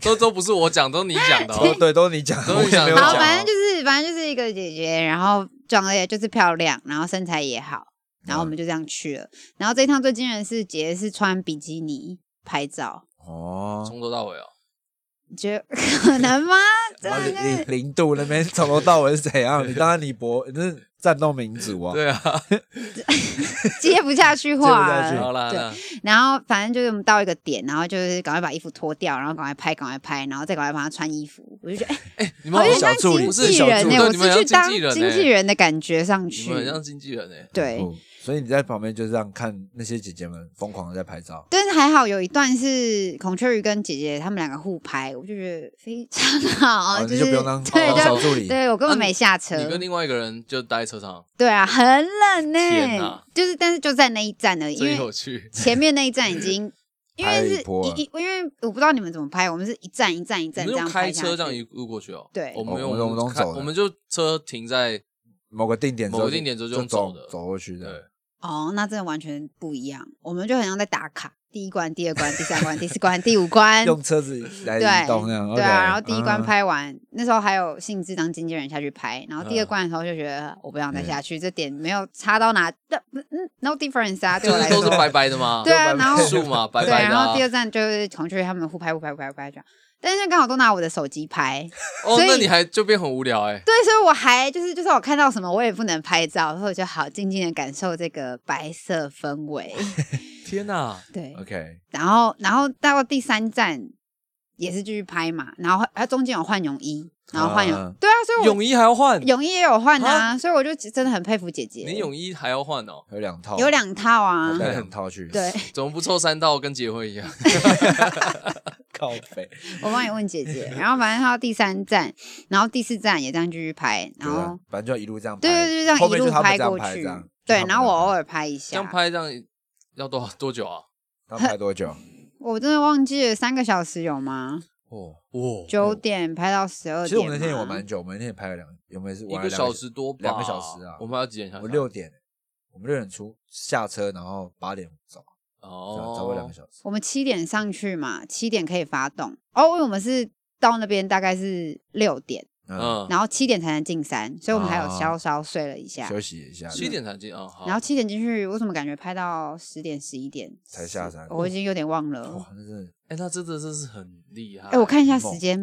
都都不是我讲，都你讲的
哦
哦。
对，都是你讲，
都
我也
是你讲
没有
的
好，
讲
反正
哦
就是反正就是一个姐姐，然后长得也就是漂亮，然后身材也好，然后我
嗯
们就这样去了。然后这一趟最惊人的是，姐姐是穿比基尼拍照，
哦，
从头到尾哦，
你觉得 可能吗？真
然后
的
零零啊零度那边从头到尾是怎样？你当然你博，你是战斗民族啊，
对啊，
接不下 去话了
接不下去
好 啦，
对
那
然后反正就是我们到一个点，然后就是赶快把衣服脱掉，然后赶快拍，赶快拍，然后再赶快帮他穿衣服。我就觉得，哎、
你们
好
好
像
小
像
助理
经
不是
纪
小
人
助
呢、
理
我
对你们
是
很
去
像
当
经纪人
经
呢
纪人的感觉上
你
去
们。很像经纪人哎。
对，
哦，所以你在旁边就是这样看那些姐姐们疯狂的在拍照，
但是还好有一段是孔雀鱼跟姐姐他们两个互拍，我就觉得非常好，
哦，
就
你
是
就不用当
对
当
就。
小助理，
对，我根本
啊你
没下车。
你跟另外一个人就待在车上，
对啊，很冷呢、
天哪
就是，但是就在那一站而已，因
真
为
有趣。
前面那一站已 经，因为
拍
是
一波了
一一，因为我不知道你们怎么拍，我们是一站一站一
你
站
们
这样
用
拍
开
下
车这样
去
一路过去哦。
对
我们
哦
用
我们用用
开
走的
我们就车停在
某个定点之后，
某个定点之后就
就
用
走
走的
走过去
对
的，。
哦，那真的完全不一样，我们就很像在打卡，第一关、第二关、第三关、第四关、第五 关，
用车子来
对
移动那样，
对啊，
OK，
然后第一关
嗯
拍完，那时候还有兴致当经纪人下去拍，然后第二
嗯
关的时候就觉得我不想再下去，这点没有差到哪，那嗯，no difference 啊，对
就
我来
是都是
说，
白白的嘛，
对啊，
就白白
然后
树嘛，白
对，
白的
然后
啊
第。二站就是孔雀他们互拍、互拍、互拍、互拍这样，但是刚好都拿我的手机拍，
哦
所以，
那你还就变很无聊 哎。
对，所以我还就是就是我看到什么我也不能拍照，所以我就好静静的感受这个白色氛围。
天哪，
对，
OK，
然后然后到第三站也是继续拍嘛，然后它中间有换泳衣，然后换泳，
啊
对啊，所以我泳
泳衣还要换，
衣也有换啊，所以我就真的很佩服姐姐，
你泳衣还要换哦？
有两套，
有两套啊
我，带两套去，
对，
怎么不凑三道跟结婚一样？
靠啊北，
我帮你问姐姐。然后反正到第三站，然后第四站也这样继续拍，然
对啊
后
反正就一路这样拍，
对对对，这样
后
一
面就
路
他们这样
过
拍
去
这样，
对
就，他们
然后我
这样
偶
拍
尔拍一
这
下
样，拍这样要多多久啊？
他们拍多 久？
我真的忘记了三个小时有吗？
哦，
哇，
九点拍到十二点吗，
其实我们那天也玩蛮久，我们那天也拍了两，我们也是
一
玩了
个
两
小时多吧，
两个小时啊
我们还要几点下
我
山？
们六点，我们六点出下车，然后八点走，这样
哦，
差不多两个小时。
我们七点上去嘛，七点可以发动哦，因为我们是到那边大概是六点，
嗯，
嗯，
然后七点才能进山，所以我们还有
啊
稍稍睡了一下。
休息一下，
七点才进啊，好
然后七点进去，我怎么感觉拍到十点十一点
才下山
我已经有点忘了
哇。，那是
哎、那真的真是很厉害。
哎，我看一下时间，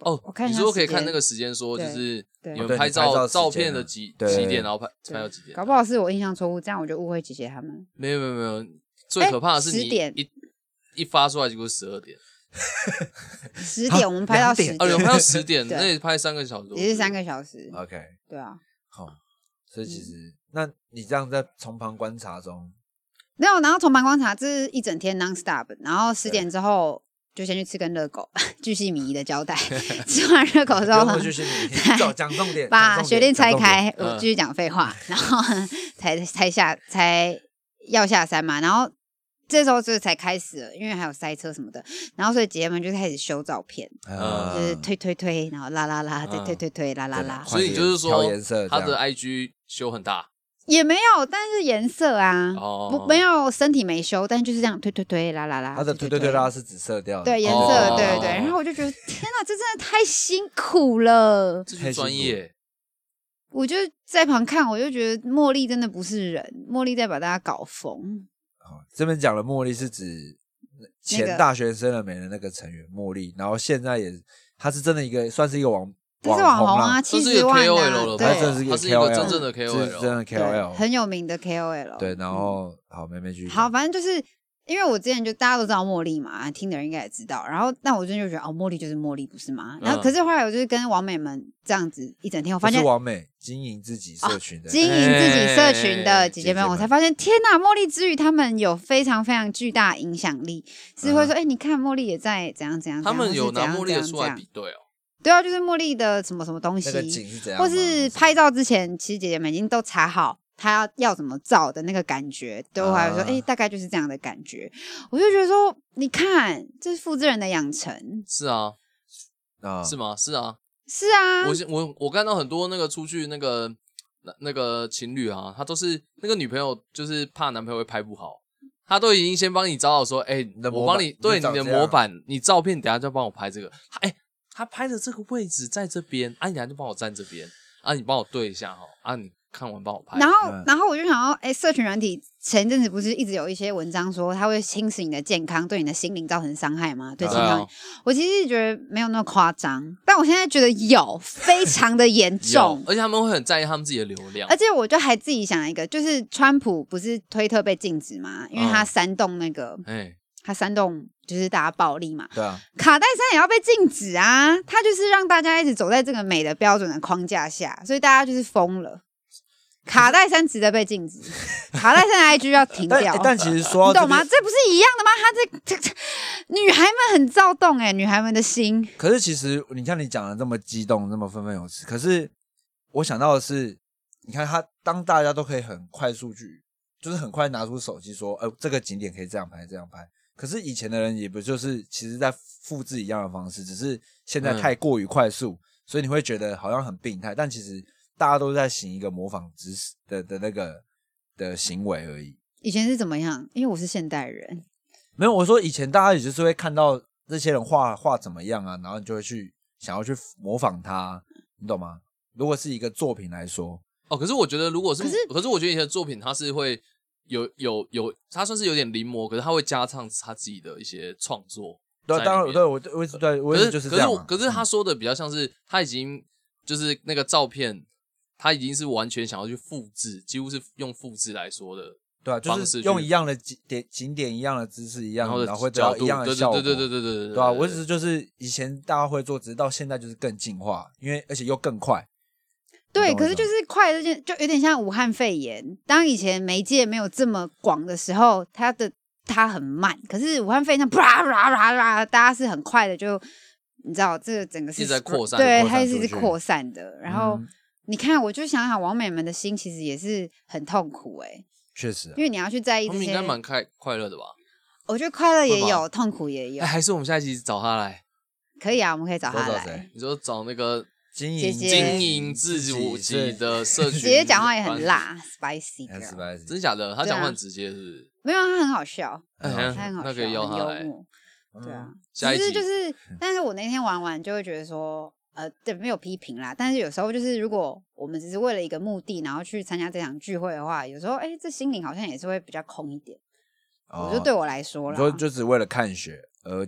哦，
我看一
你
下
说可以
时间
看那个时间，说就
对
是
对
你
哦
们
对
拍
你拍照时
照
间
片的
啊
几
对
几点，然后拍
对
拍到几点？
搞不好是我印象错误，这样我就误会姐姐他们。
没有没有没有，最
哎
可怕的是
10
你
点
一一发出来就是十二点，
十点我们拍到
两
十
点
点
啊，，有拍到十 点，
对
那也拍三个小时多，
也是三个小时，
OK，
对啊。
好，所以
嗯
其实那你这样在从旁观察中，
没有，然后从旁观察，这是一整天 non stop，然后十点之后就先去吃根热狗， 巨细靡遗的交代。吃完热狗之后
不用回，去心里讲讲重点，
哦把雪链拆开，
嗯
我继续讲废话， 然后才才下才要下山嘛，然后这时候就是才开始了，因为还有塞车什么的，然后所以姐姐们就开始修照片，
啊
嗯
就是推推推，然后拉拉拉，再推推推，拉拉拉
嗯对，
所以你就是说
调颜色这
他
样
的 IG 修很大
也没有，但是颜色啊，
哦，
不没有身体没修，但就是这样推推推，拉拉拉，
他的推推推拉是紫色调的，
对颜
哦
色，对对。然后我就觉得，天哪，这真的太辛苦了。
这
太辛
是专
苦
业，
我就在旁看，我就觉得茉莉真的不是人，茉莉在把大家搞疯。
哦这边讲的茉莉是指前大学生了没的那个成员茉莉，然后现在也他是真的一个算是一个网
她是网
网
红
红
啊，
啦，
七
这是一
十
个
万
KOL
啊，
了吧
他
对，
真的是一个
她是一个
KOL，
真正的 KOL
是真的
对
KOL，
很有名的 KOL。
对，然后好妹妹继续
嗯好，
讲，
反正就是因为我之前就大家都知道茉莉嘛，听的人应该也知道。然后，但我真的就觉得哦，茉莉就是茉莉，不是吗？然后，
嗯
可是后来我就是跟王美们这样子一整天，我
不
发现啊
是完美经营自己社群的
经营自己社群的
哎
姐
姐
姐们，
姐
我才
们
发现，天呐，茉莉之于他们有非常非常巨大影响力，是会说，哎、你看茉莉也在怎样怎样，
嗯他们有拿茉
茉
莉的出来比，对哦，
对啊，就是茉莉的什么什么东
那个
西，
景是怎样吗，
或是拍照之前，其实姐姐们已经都查好。她要要怎么照的那个感觉，对我来说，
啊
哎、大概就是这样的感觉。我就觉得说，你看，这是复制人的养成，
是啊，
啊
是吗？是啊，
是啊，
我我我看到很多那个出去那个那那个情侣啊，他都是那个女朋友就是怕男朋友会拍不好，他都已经先帮你找好说，哎、
你的模
我
板
帮你
你
对
就长
你的
这样
模板，你照片等下就帮我拍这个，他哎、他拍的这个位置在这边，啊，你等下就帮我站这边，啊，你帮我对一下哈，啊，你看完帮我拍，
然后
嗯，
然后我就想要，哎，社群软体前一阵子不是一直有一些文章说它会侵蚀你的健康，对你的心灵造成伤害吗？对
啊
健
对
康，
啊，
我其实觉得没有那么夸张，但我现在觉得有，非常的严
有
重，。
而且他们会很在意他们自己的流量
而，且我就还自己想了一个，就是川普不是推特被禁止吗？因为他
嗯
煽动那个，
哎、
他煽动就是大家暴力嘛。
对啊，
卡戴珊也要被禁止啊！他就是让大家一直走在这个美的标准的框架下，所以大家就是疯了。卡戴珊值得被 禁止，卡戴珊的 IG 要停
但
掉
哎，但其实说
啊你
到
懂吗？
这边
这不是一样的吗？他这这这女孩们很躁动哎、女孩们的心
可是其实你看你讲的这么激动，那么愤愤有词，可是我想到的是，你看他当大家都可以很快速去，就是很快拿出手机说，呃，这个景点可以这样拍，这样拍。可是以前的人也不就是其实在复制一样的方式，只是现在
嗯
太过于快速，所以你会觉得好像很病态，但其实大家都在行一个模仿之的的那个的行为而已。
以前是怎么样？因为我是现代人，
没有，我说以前大家也就是会看到这些人画画怎么样啊，然后你就会去想要去模仿他，你懂吗？如果是一个作品来说，
哦，可是我觉得，如果是，
可是
我觉得以前的作品，它是会有有有，它算是有点临摹，可是它会加上他自己的一些创作
对
在里
啊，
面。
当然对我我对我
可
也
是
就
可
这
是
样啊嗯
我
嘛、
可是他说的比较像是他已经就是那个照片，他已经是完全想要去复制，几乎是用复制来说的，
对啊，就
方式
是
去
用一样的景点景点一样的姿势一样，
然后
然后会
的
得
角
到
度，
一样的
对
效果，
对对对对对对对，
对啊，我只是就是以前大家会做，只是到现在就是更进化，因为而且又更快。
对，
你懂我
可
意
是
思
就
吗
是快这件，就有点像武汉肺炎。当以前媒介没有这么广的时候，它的它很慢。可是武汉肺炎像啪啦啦啦，大家是很快的就，你知道这个整个是
一直在扩散
对，
扩散
它是一
出
直
去
扩散的。然后、
嗯
你看，我就想想，王美们的心其实也是很痛苦哎、
确实啊、
因为你要去在意
他
这
们应
些
该。蛮快快乐的吧？
我觉得快乐也
会吗
有，痛苦也有
哎，，还是我们下一集找他来，
可以啊，我们可以找
多
他
找
来
谁。
你说找那个
经
姐
营
姐
经营自己
是
的社群，
姐姐讲话也很， 辣，spicy
很
girl，
surprise
真假的？他
对啊
讲话很直接，是不是？
没有，她很好笑，
很好
哎
笑
她很好笑，
那可以邀
很
她
幽
来
默，对啊。
嗯
下一
只是
集
就是，但是我那天玩完就会觉得说，呃，对，没有批评啦。但是有时候就是，如果我们只是为了一个目的，然后去参加这场聚会的话，有时候哎，这心灵好像也是会比较空一点。我觉得对我来说
哦你
啦，
说就只为了看雪而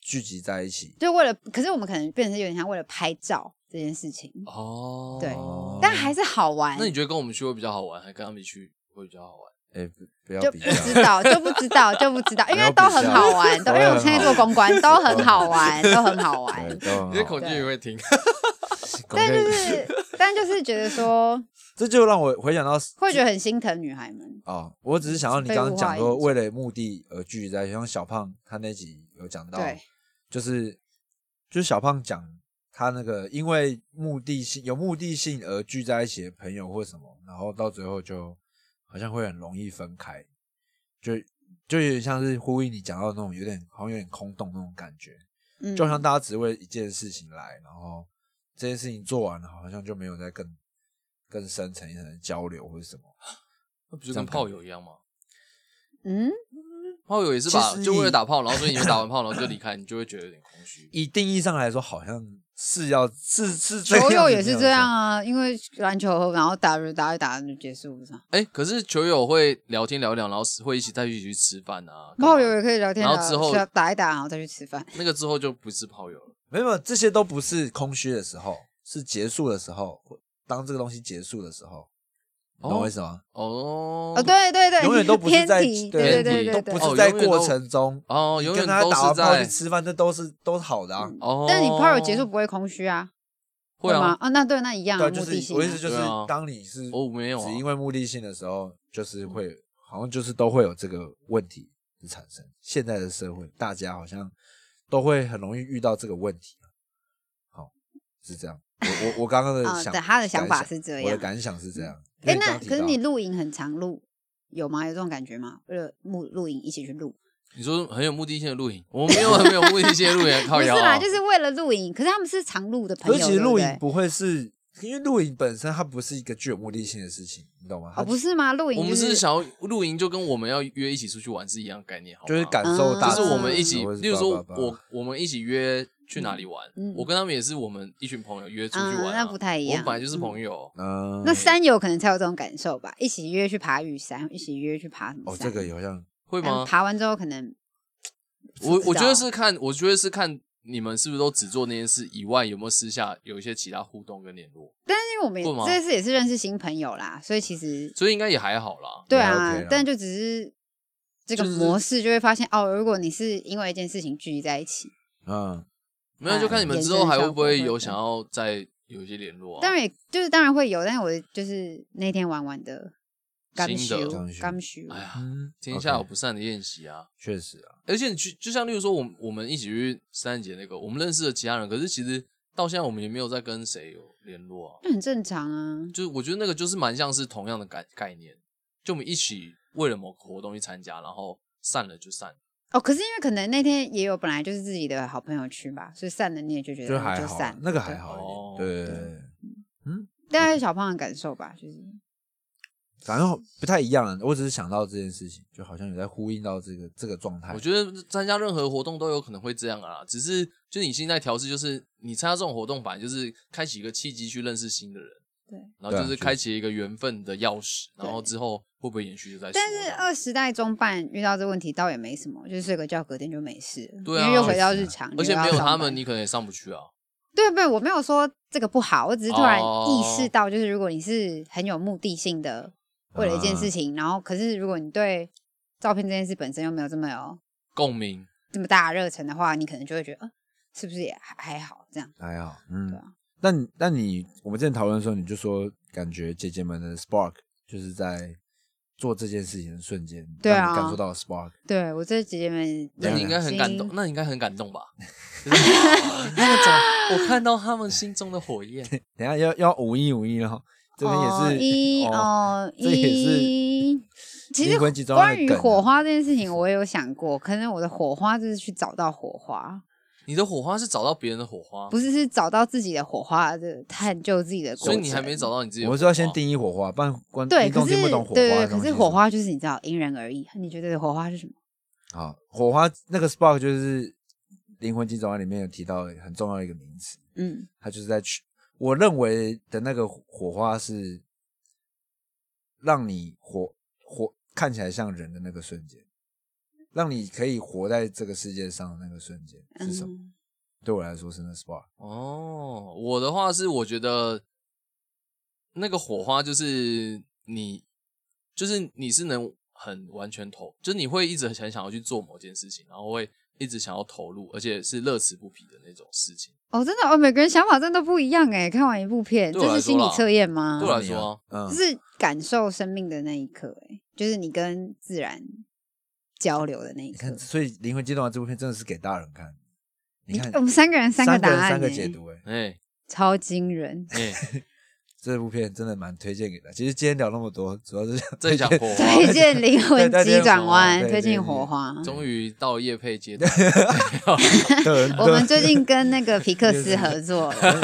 聚集在一起，
就为了，可是我们可能变成是有点像为了拍照这件事情，
哦，
对
哦
但还是好玩。
那你觉得跟我们去会比较好玩，还跟他们去会比较好玩？
哎，不不要
就
比
不
较，
知道，就不知道，就不 知道，因为都很好玩，
没有比较啊
都因为我现在做公关都很好玩，都很
对
好玩。
都很
因为
好
孔俊也会听，
但就是，但就是觉得说，
这就让我回想到
会觉得很心疼女孩们。
哦，我只是想到你
被
刚刚
物
讲
化
说，
一
为了目的而聚集在一起，像小胖他那集有讲到，
对，
就是就是小胖讲他那个因为目的性有目的性而聚在一起的朋友或什么，然后到最后就好像会很容易分开，就就有点像是呼应你讲到的那种有点好像有点空洞那种感觉，
嗯，
就好像大家只为一件事情来，然后这件事情做完了，好像就没有再更更深层一层的交流或者什么。
那不就跟炮友一样吗？
嗯，
炮友也是
其
吧，
实
就为
你
了打炮，然后所以你们打完炮，然后就离开，你就会觉得有点空虚。
以定义上来说，好像是要是是 这样
球
子
友也是这
没有
样
错
啊，因为篮球然后打打一打就结束了。
哎、可是球友会聊天聊一聊，然后会一起再一起去吃饭啊。干嘛
炮友也可以聊天啊，
然后之后
是啊打一打，然后再去吃饭。
那个之后就不是炮友了。
没有没有，这些都不是空虚的时候，是结束的时候，当这个东西结束的时候，你懂我意思吗？
哦
哦，，对对对，
永远都不是
偏
在
题，对
对
对
偏
对
都
题
对
不
对。
是在过程中
哦，
你
永
跟
远
他
都
打
是
完炮去
在
吃饭，这都是都是好的啊。
哦。
但是你炮友结束不会空虚啊？
会
吗
啊？？
啊，那对，那一样啊，
对，就
目的
是
性
我
啊。
意思就是
对啊，
当你是
哦没有啊
只因为目的性的时候，就是会好像就是都会有这个问题的产生。现在的社会，大家好像都会很容易遇到这个问题。啊好，是这样。我我我刚刚的
啊
想，
对他的想法
感
是这
我的
样
感想是这样。因
哎
为，
那
刚刚提
可是
到
你露营很常露，有吗？有这种感觉吗？为了露露营一起去露，
你说很有目的性的露营，我没有很没有目的性的露 营，
不
靠
是
腰、
啦，
啊。
就是为了露营。可是他们是常露的朋
可是
友，
其实
对不
露
对
营不会是，因为露营本身它不是一个具有目的性的事情，你懂吗？它
哦，不是吗？露营
我们
就是
想要露营，就跟我们要约一起出去玩是一样的概念，好吗
就是感受
嗯
大
就
自
是
然，
我们一起，
或者是
例如
叭
说
叭叭
我我们一起约去哪里玩
嗯嗯，
我跟他们也是我们一群朋友约出去
嗯
玩啊，
那不太一
我
样
们本来就是朋友，
嗯，
那山友可能才有这种感受吧，一起约去爬玉山，一起约去爬什么
哦，
山。
这个好像
会
然后
吗？
爬完之后可能
我
不
我
知
觉
道
得是看，我觉得是看你们是不是都只做那件事以外，有没有私下有一些其他互动跟联络，
因为我们也
会吗
这次也是认识新朋友啦，所以其实
所以应该也还好啦。
对
也还
啊
OK 啦，
但就只是这个
就是
模式就会发现哦，如果你是因为一件事情聚集在一起，
嗯，
没
哎
有，就看你们之后还会不会有想要再有一些联络啊？
当然也就是当然会有，但是我就是那天玩玩的甘
新的
修甘修，
哎呀，
嗯
天下有
OK
不散的宴席啊！
确实啊，
而且你去，就像例如说，我们我们一起去三姐那个，我们认识的其他人，可是其实到现在我们也没有再跟谁有联络啊。
那很正常啊。
就是我觉得那个就是蛮像是同样的概概念，就我们一起为了某个活动去参加，然后散了就散了。
哦，可是因为可能那天也有本来就是自己的好朋友去吧，所以散了你也就觉得
就
嗯
还好
散
啊
了，
那个还
对，
好一
对
点，对对对，对
嗯
大概是小胖的感受吧，就是
反正不太一样了。我只是想到这件事情，就好像有在呼应到这个这个状态。
我觉得参加任何活动都有可能会这样啊，只是就你现在调试，就是你参加这种活动，反正就是开启一个契机去认识新的人，
对。
然后就
对啊
是开启一个缘分的钥匙，
对
然后之后会不会延续就在说
但是二十代中半遇到这问题倒也没什么，就是睡个觉隔天就没事了，
对啊
因为又回到日常，
而且
又要
没有
上
他
班
们，你可能也上不去啊。
对，没有，我没有说这个不好，我只是突然
哦
意识到，就是如果你是很有目的性的为了一
嗯
件事情，然后可是如果你对照片这件事本身又没有这么有
共鸣，
这么大的热忱的话，你可能就会觉得，呃、是不是也还还好这样？
还好，嗯
对啊。
那你那你我们之前讨论的时候，你就说感觉姐姐们的 spark 就是在做这件事情的瞬间，
对啊
让你感受到了 spark。
对我这姐姐们，
那你应该很感动，
心。
那你应该很感动吧？ 那种我看到他们心中的火焰，
等一下要要五一五一了，这边也是
哦一
哦
哦
这也是
一。其
灵
实
魂集中
关
的
于
梗啊
火花这件事情，我也有想过，可能我的火花就是去找到火花，
你的火花是找到别人的火花，
不是是找到自己的火花，这探究自己的过
所
程。
以你还没找到你自己的火
我
花。
们是要先定义火花，不然观
对，
听
可
众
是
听不懂火花
对对
的
对，
东
可
西
是
是
火花就是你知道，因人而异。你觉得火花是什么？
好，火花那个 spark 就是灵魂急转弯》里面有提到很重要的一个名词，
嗯，
它就是在去，我认为的那个火花是让你活活看起来像人的那个瞬间，让你可以活在这个世界上的那个瞬间是什么？
嗯
对我来说是那 SPA，
哦，我的话是我觉得那个火花就是你，就是你是能很完全投，就是你会一直很想要去做某件事情，然后会一直想要投入，而且是乐此不疲的那种事情。
哦，真的哦，每个人想法真的不一样哎。看完一部片，
啊
对我
这
来
是心理
说啦
测验吗？
对我来说，
嗯
就，是感受生命的那一刻，哎，就是你跟自然交流的那一
你
刻
看，。所以《灵魂阶段》这部片真的是给大人看，你看
我们三个人三
个
个答
人
案，
三个
哎
解，读、欸，哎，
哎
超惊人。
哎，
这部片真的蛮推荐给大家。其实今天聊那么多，主要是想
真想 火花，
推荐灵魂
对
急转弯，
对
推
对
荐
对
火花。
终于到叶配阶段，
我们最近跟那个皮克斯 合作了，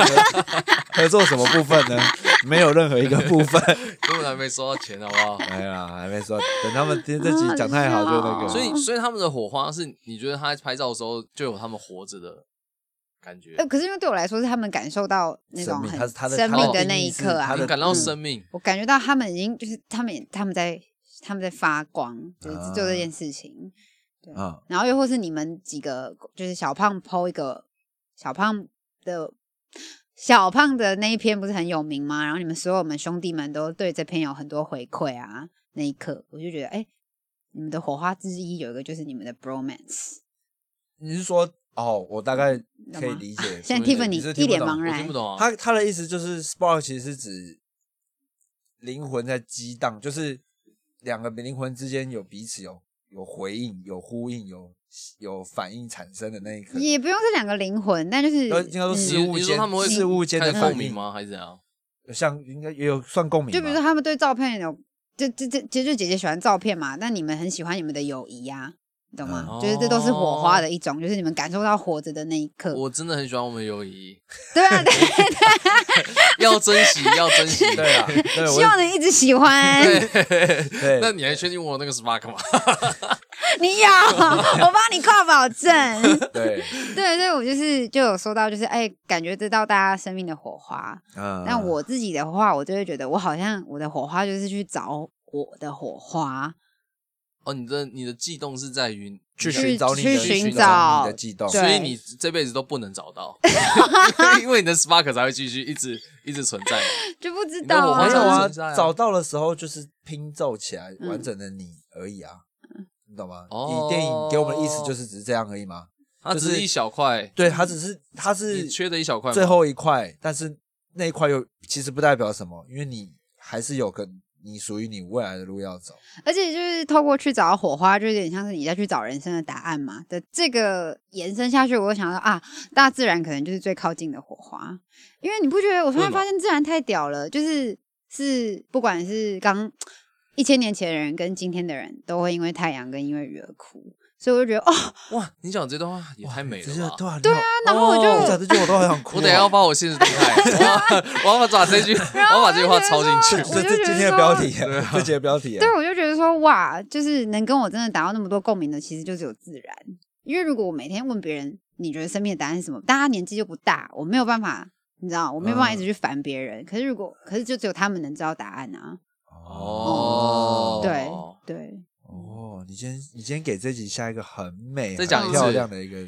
合作什么部分呢？没有任何一个部 分。
根本还没收到钱，好 不好？
哎呀，还没说，等他们今天这集讲太好就
哦
那个。
所以，所以他们的火花是，你觉得他在拍照的时候就有他们活着的感觉
呃，，可是因为对我来说，是他们感受到那
生
种
命
很
他是他的
生
他
的
命的
定
那
义
一
是
刻啊
他，
你
的
感到
嗯
生命，
我感觉到他们已经就是他们也他们在他们在发光，就是
啊
做这件事情。
啊，
然后又或是你们几个就是小胖剖一个小胖的。小胖的那一篇不是很有名吗？然后你们所有我们兄弟们都对这篇有很多回馈啊。那一刻，我就觉得，哎、你们的火花之一有一个就是你们的 bromance。
你是说哦，我大概可以理解。
啊现在
所以
Tiffany
你是
一
听不
脸
懂
茫
我听
然
不，懂啊。
他他的意思就是 spark 其实是指灵魂在激荡，就是两个灵魂之间有彼此有有回应、有呼应、有有反应产生的那一刻。
也不用是两个灵魂，但就是
呃应该说
嗯
事
你
物
你说
间
他们会
事物间的
开始
反
共鸣
应
吗？还是怎样？
像应该也有算共鸣吧，
就比如说他们对照片有，就就就就就姐姐喜欢照片嘛，那你们很喜欢你们的友谊呀、你懂吗？
嗯
就是这都是火
哦
花的一种，就是你们感受到活着的那一
呃
刻。
我真的很喜欢我们友谊，
对啊，对，
要珍惜，要珍惜。
对啊， 对，我
希望能一直喜欢
对
那你还确定我有那个 spark 吗？
你有，啊我帮你挂保 证。
对，
对，所以我就是就有说到，就是哎、感觉得到大家生命的火花。
啊
嗯
但我自己的话，我就会觉得我好像我的火花就是去找我的火花。
哦，你的你的悸动是在于
去
去
寻找你
去
的
寻
找你
找
的悸动，
对
所以你这辈子都不能 找到，因为你的 spark 才会继续一直一直存 在。
就不知
你的
道、
火
啊，
花
没有啊
存在啊，
找到的时候就是拼凑起来
嗯
完整的你而已啊，你懂吗？
哦
你电影给我们的意思就是只是这样而已吗？
它只是一小块，
对，它只是它
你
是
缺的一小块吗。
最后一块，但是那一块又其实不代表什么，因为你还是有个你属于你未来的路要走。
而且就是透过去找火花，就有点像是你再去找人生的答案嘛的这个延伸下去，我就想到啊，大自然可能就是最靠近的火花，因为你不觉得？我突
为什
然
么
发现自然太屌了，就是是不管是刚一千年前的人跟今天的人都会因为太阳跟因为雨而哭，所以我就觉得哦，
哇，你讲这段话也太美
只是
了吧！
对啊，对啊，
然后我就
你讲这句我都很想哭啊。
我等一下要把我现实动态，我 要我要把这句，我要把这句话抄进
这
去。
这
我就
这
觉得
今天的
说
标题啊，这节标题啊，
对，我就觉得说哇，就是能跟我真的达到那么多共鸣的，其实就只有自然。因为如果我每天问别人，你觉得生命的答案是什么？大家年纪就不大，我没有办法，你知道，我没有办
嗯
法一直去烦别人。可是如果，可是就只有他们能知道答案啊。
哦，
对对，
哦，你今天你今天给这集下一个很美、
再讲
很
一次
漂亮的一个，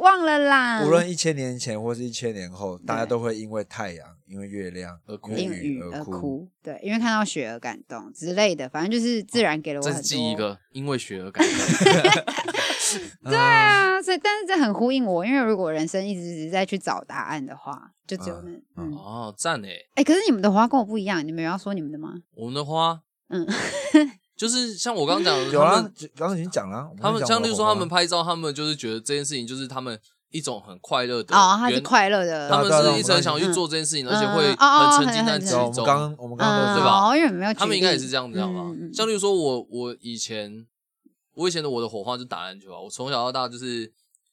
忘了啦。
无论一千年前或是一千年后，大家
对
都会因为太阳、因为月亮、
而哭
因
因
为
为
雨
雨
而
而。哭，对，因为看到雪而感动之类的，反正就是
哦
自然给了我
再
很多。
记一个，因为雪而感动。
对
嗯
啊，所以但是这很呼应我，因为如果人生一直一直在去找答案的话，就只有
嗯
那
嗯
嗯，哎、
哦，赞诶！
可是你们的花跟我不一样，你们有要说你们的吗？
我们的花，
嗯，
就是像我刚刚讲的，
有
他
啊
们，
就刚刚已经讲了啊，
他们像例
例
如说他们拍照，他们就是觉得这件事情就是他们一种很快乐的
哦，他是
原
快乐的，
他
对啊对啊
们是一直很想去
嗯
做这件事情，
嗯
而且会
嗯哦
很沉浸
很
在
很很
其
对啊，我们
中。
刚我们刚刚
嗯
都
对吧
哦，因为没有举例，
他们应该也是这样子，好吧
嗯嗯？嗯
像例如说我，我以前我以前的我的火花就打篮球啊，我从小到大就是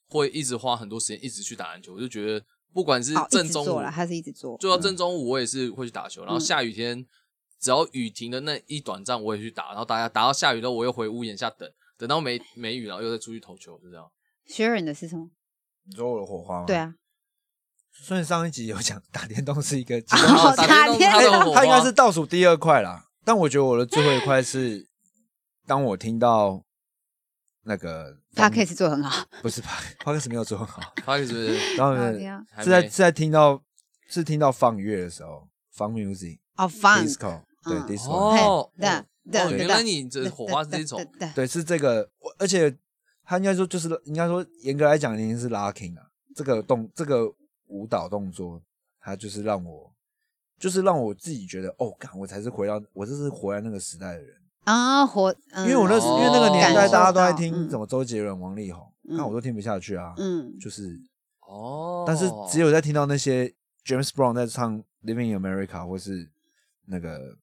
会一直花很多时间一直去打篮球，我就觉得不管是
哦，一
正
直
中
做
午
了，，他是一直做，
就到正中午我也是会去打球，然
嗯
后下雨天只要雨停的那一短暂我也去打，然后大家打到下
哦
雨之后我又回屋檐下等，等到没没雨然后又再出去投球，就这样。
学人的是什么？
你说我的火花吗？
对。啊，
所以上一集有讲打电动是一 个极
哦
端
然后
的
打
事，
电动
电
他的
动
火
它应该
花
是倒数第二块啦。但我觉得我的最后一块是，当我听到那个
p a c k a g e 做得很好，
不是 p a c k 没有做很好，
他是不是
然后
好
是
的呀
还
是在
没
是在听到是听到放乐的时候，放 music
好 fun，
disco 对
嗯
disco
哦
那种
哦
对
哦，
对
原来你这火花是这种，
对
对，是这个，我而且他应该说就是应该说严格来讲，已经是 locking 啊，这个动这个舞蹈动作，它就是让我就是让我自己觉得哦，干我才是回到我这是活在那个时代的人，
啊，火，
因
因
为我那时、
哦
因为那个年代
嗯感受嗯
大家都在
感受
听
到
什么周杰伦、王力宏，那、我都听不下去啊，
嗯，
就是，
哦，
但是只有在听到那些 James Brown 在唱《Living in America》或是那个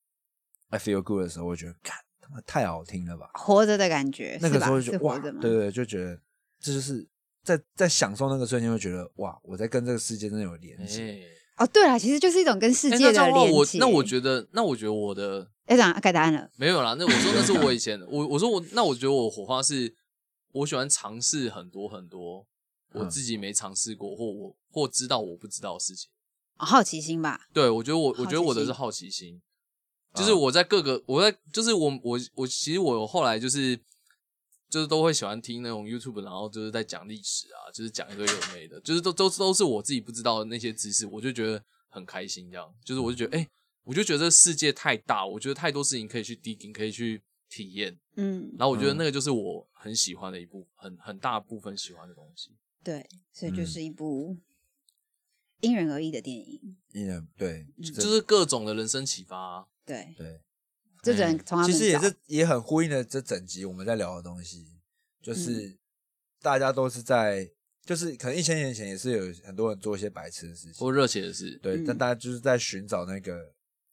I Feel Good 的时候，我觉得干他妈太好听了吧。
活着的感觉，
那
是
个
吧
时候
是
就
活
哇，
着
对
吗？
对，就觉得这就是在在享受那个瞬间，会觉得哇，我在跟这个世界真的有连接。
哎。
哦，对了，其实就是一种跟世
哎
界
那这
的
样话，
连
我
接。
那我觉得，那我觉得我的
得，哎，等一下改答案了，
没有啦。那我说那是我以前，我我说我那我觉得我火花是，我喜欢尝试很多很多我
嗯
自己没尝试过或我或知道我不知道的事情。
哦好奇心吧，
对，我觉得我
好
我觉得我的
奇心啊
是好奇心，就是我在各个我在就是我我我其实我后来就是就是都会喜欢听那种 YouTube，然后就是在讲历史啊，就是讲一堆有没的，就是都都都是我自己不知道的那些知识，我就觉得很开心。这样就是我就觉得哎、我就觉得这世界太大，我觉得太多事情可以去 digging，可以去体验。
嗯，
然后我觉得
嗯
那个就是我很喜欢的一部很很大部分喜欢的东西。
对，所以就
嗯
是一部因人而异的电影，
嗯，对，
就
这
就是各种的人生启发啊、
对，
对，
就只能从他们
哎其实也
找
是也很呼应了这整集我们在聊的东西，
嗯
就是大家都是在，就是可能一千年前也是有很多人做一些白痴的事情
或，热血的事。
对
嗯，
但大家就是在寻找那个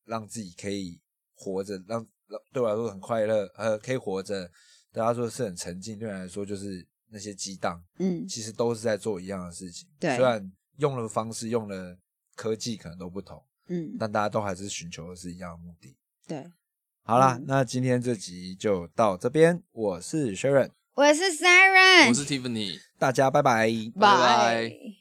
让自己可以活着，让让对我来说很快乐，呃，可以活着。大家说是很沉浸，对我来说就是那些激荡，
嗯，
其实都是在做一样的事情。
对
虽然用的方式、用的科技可能都不同，
嗯，
但大家都还是寻求的是一样的目的。
对，
好啦，
嗯
那今天这集就到这边，我是 Sharon，
我是 Siren，
我是 Tiffany，
大家拜拜。
拜拜
拜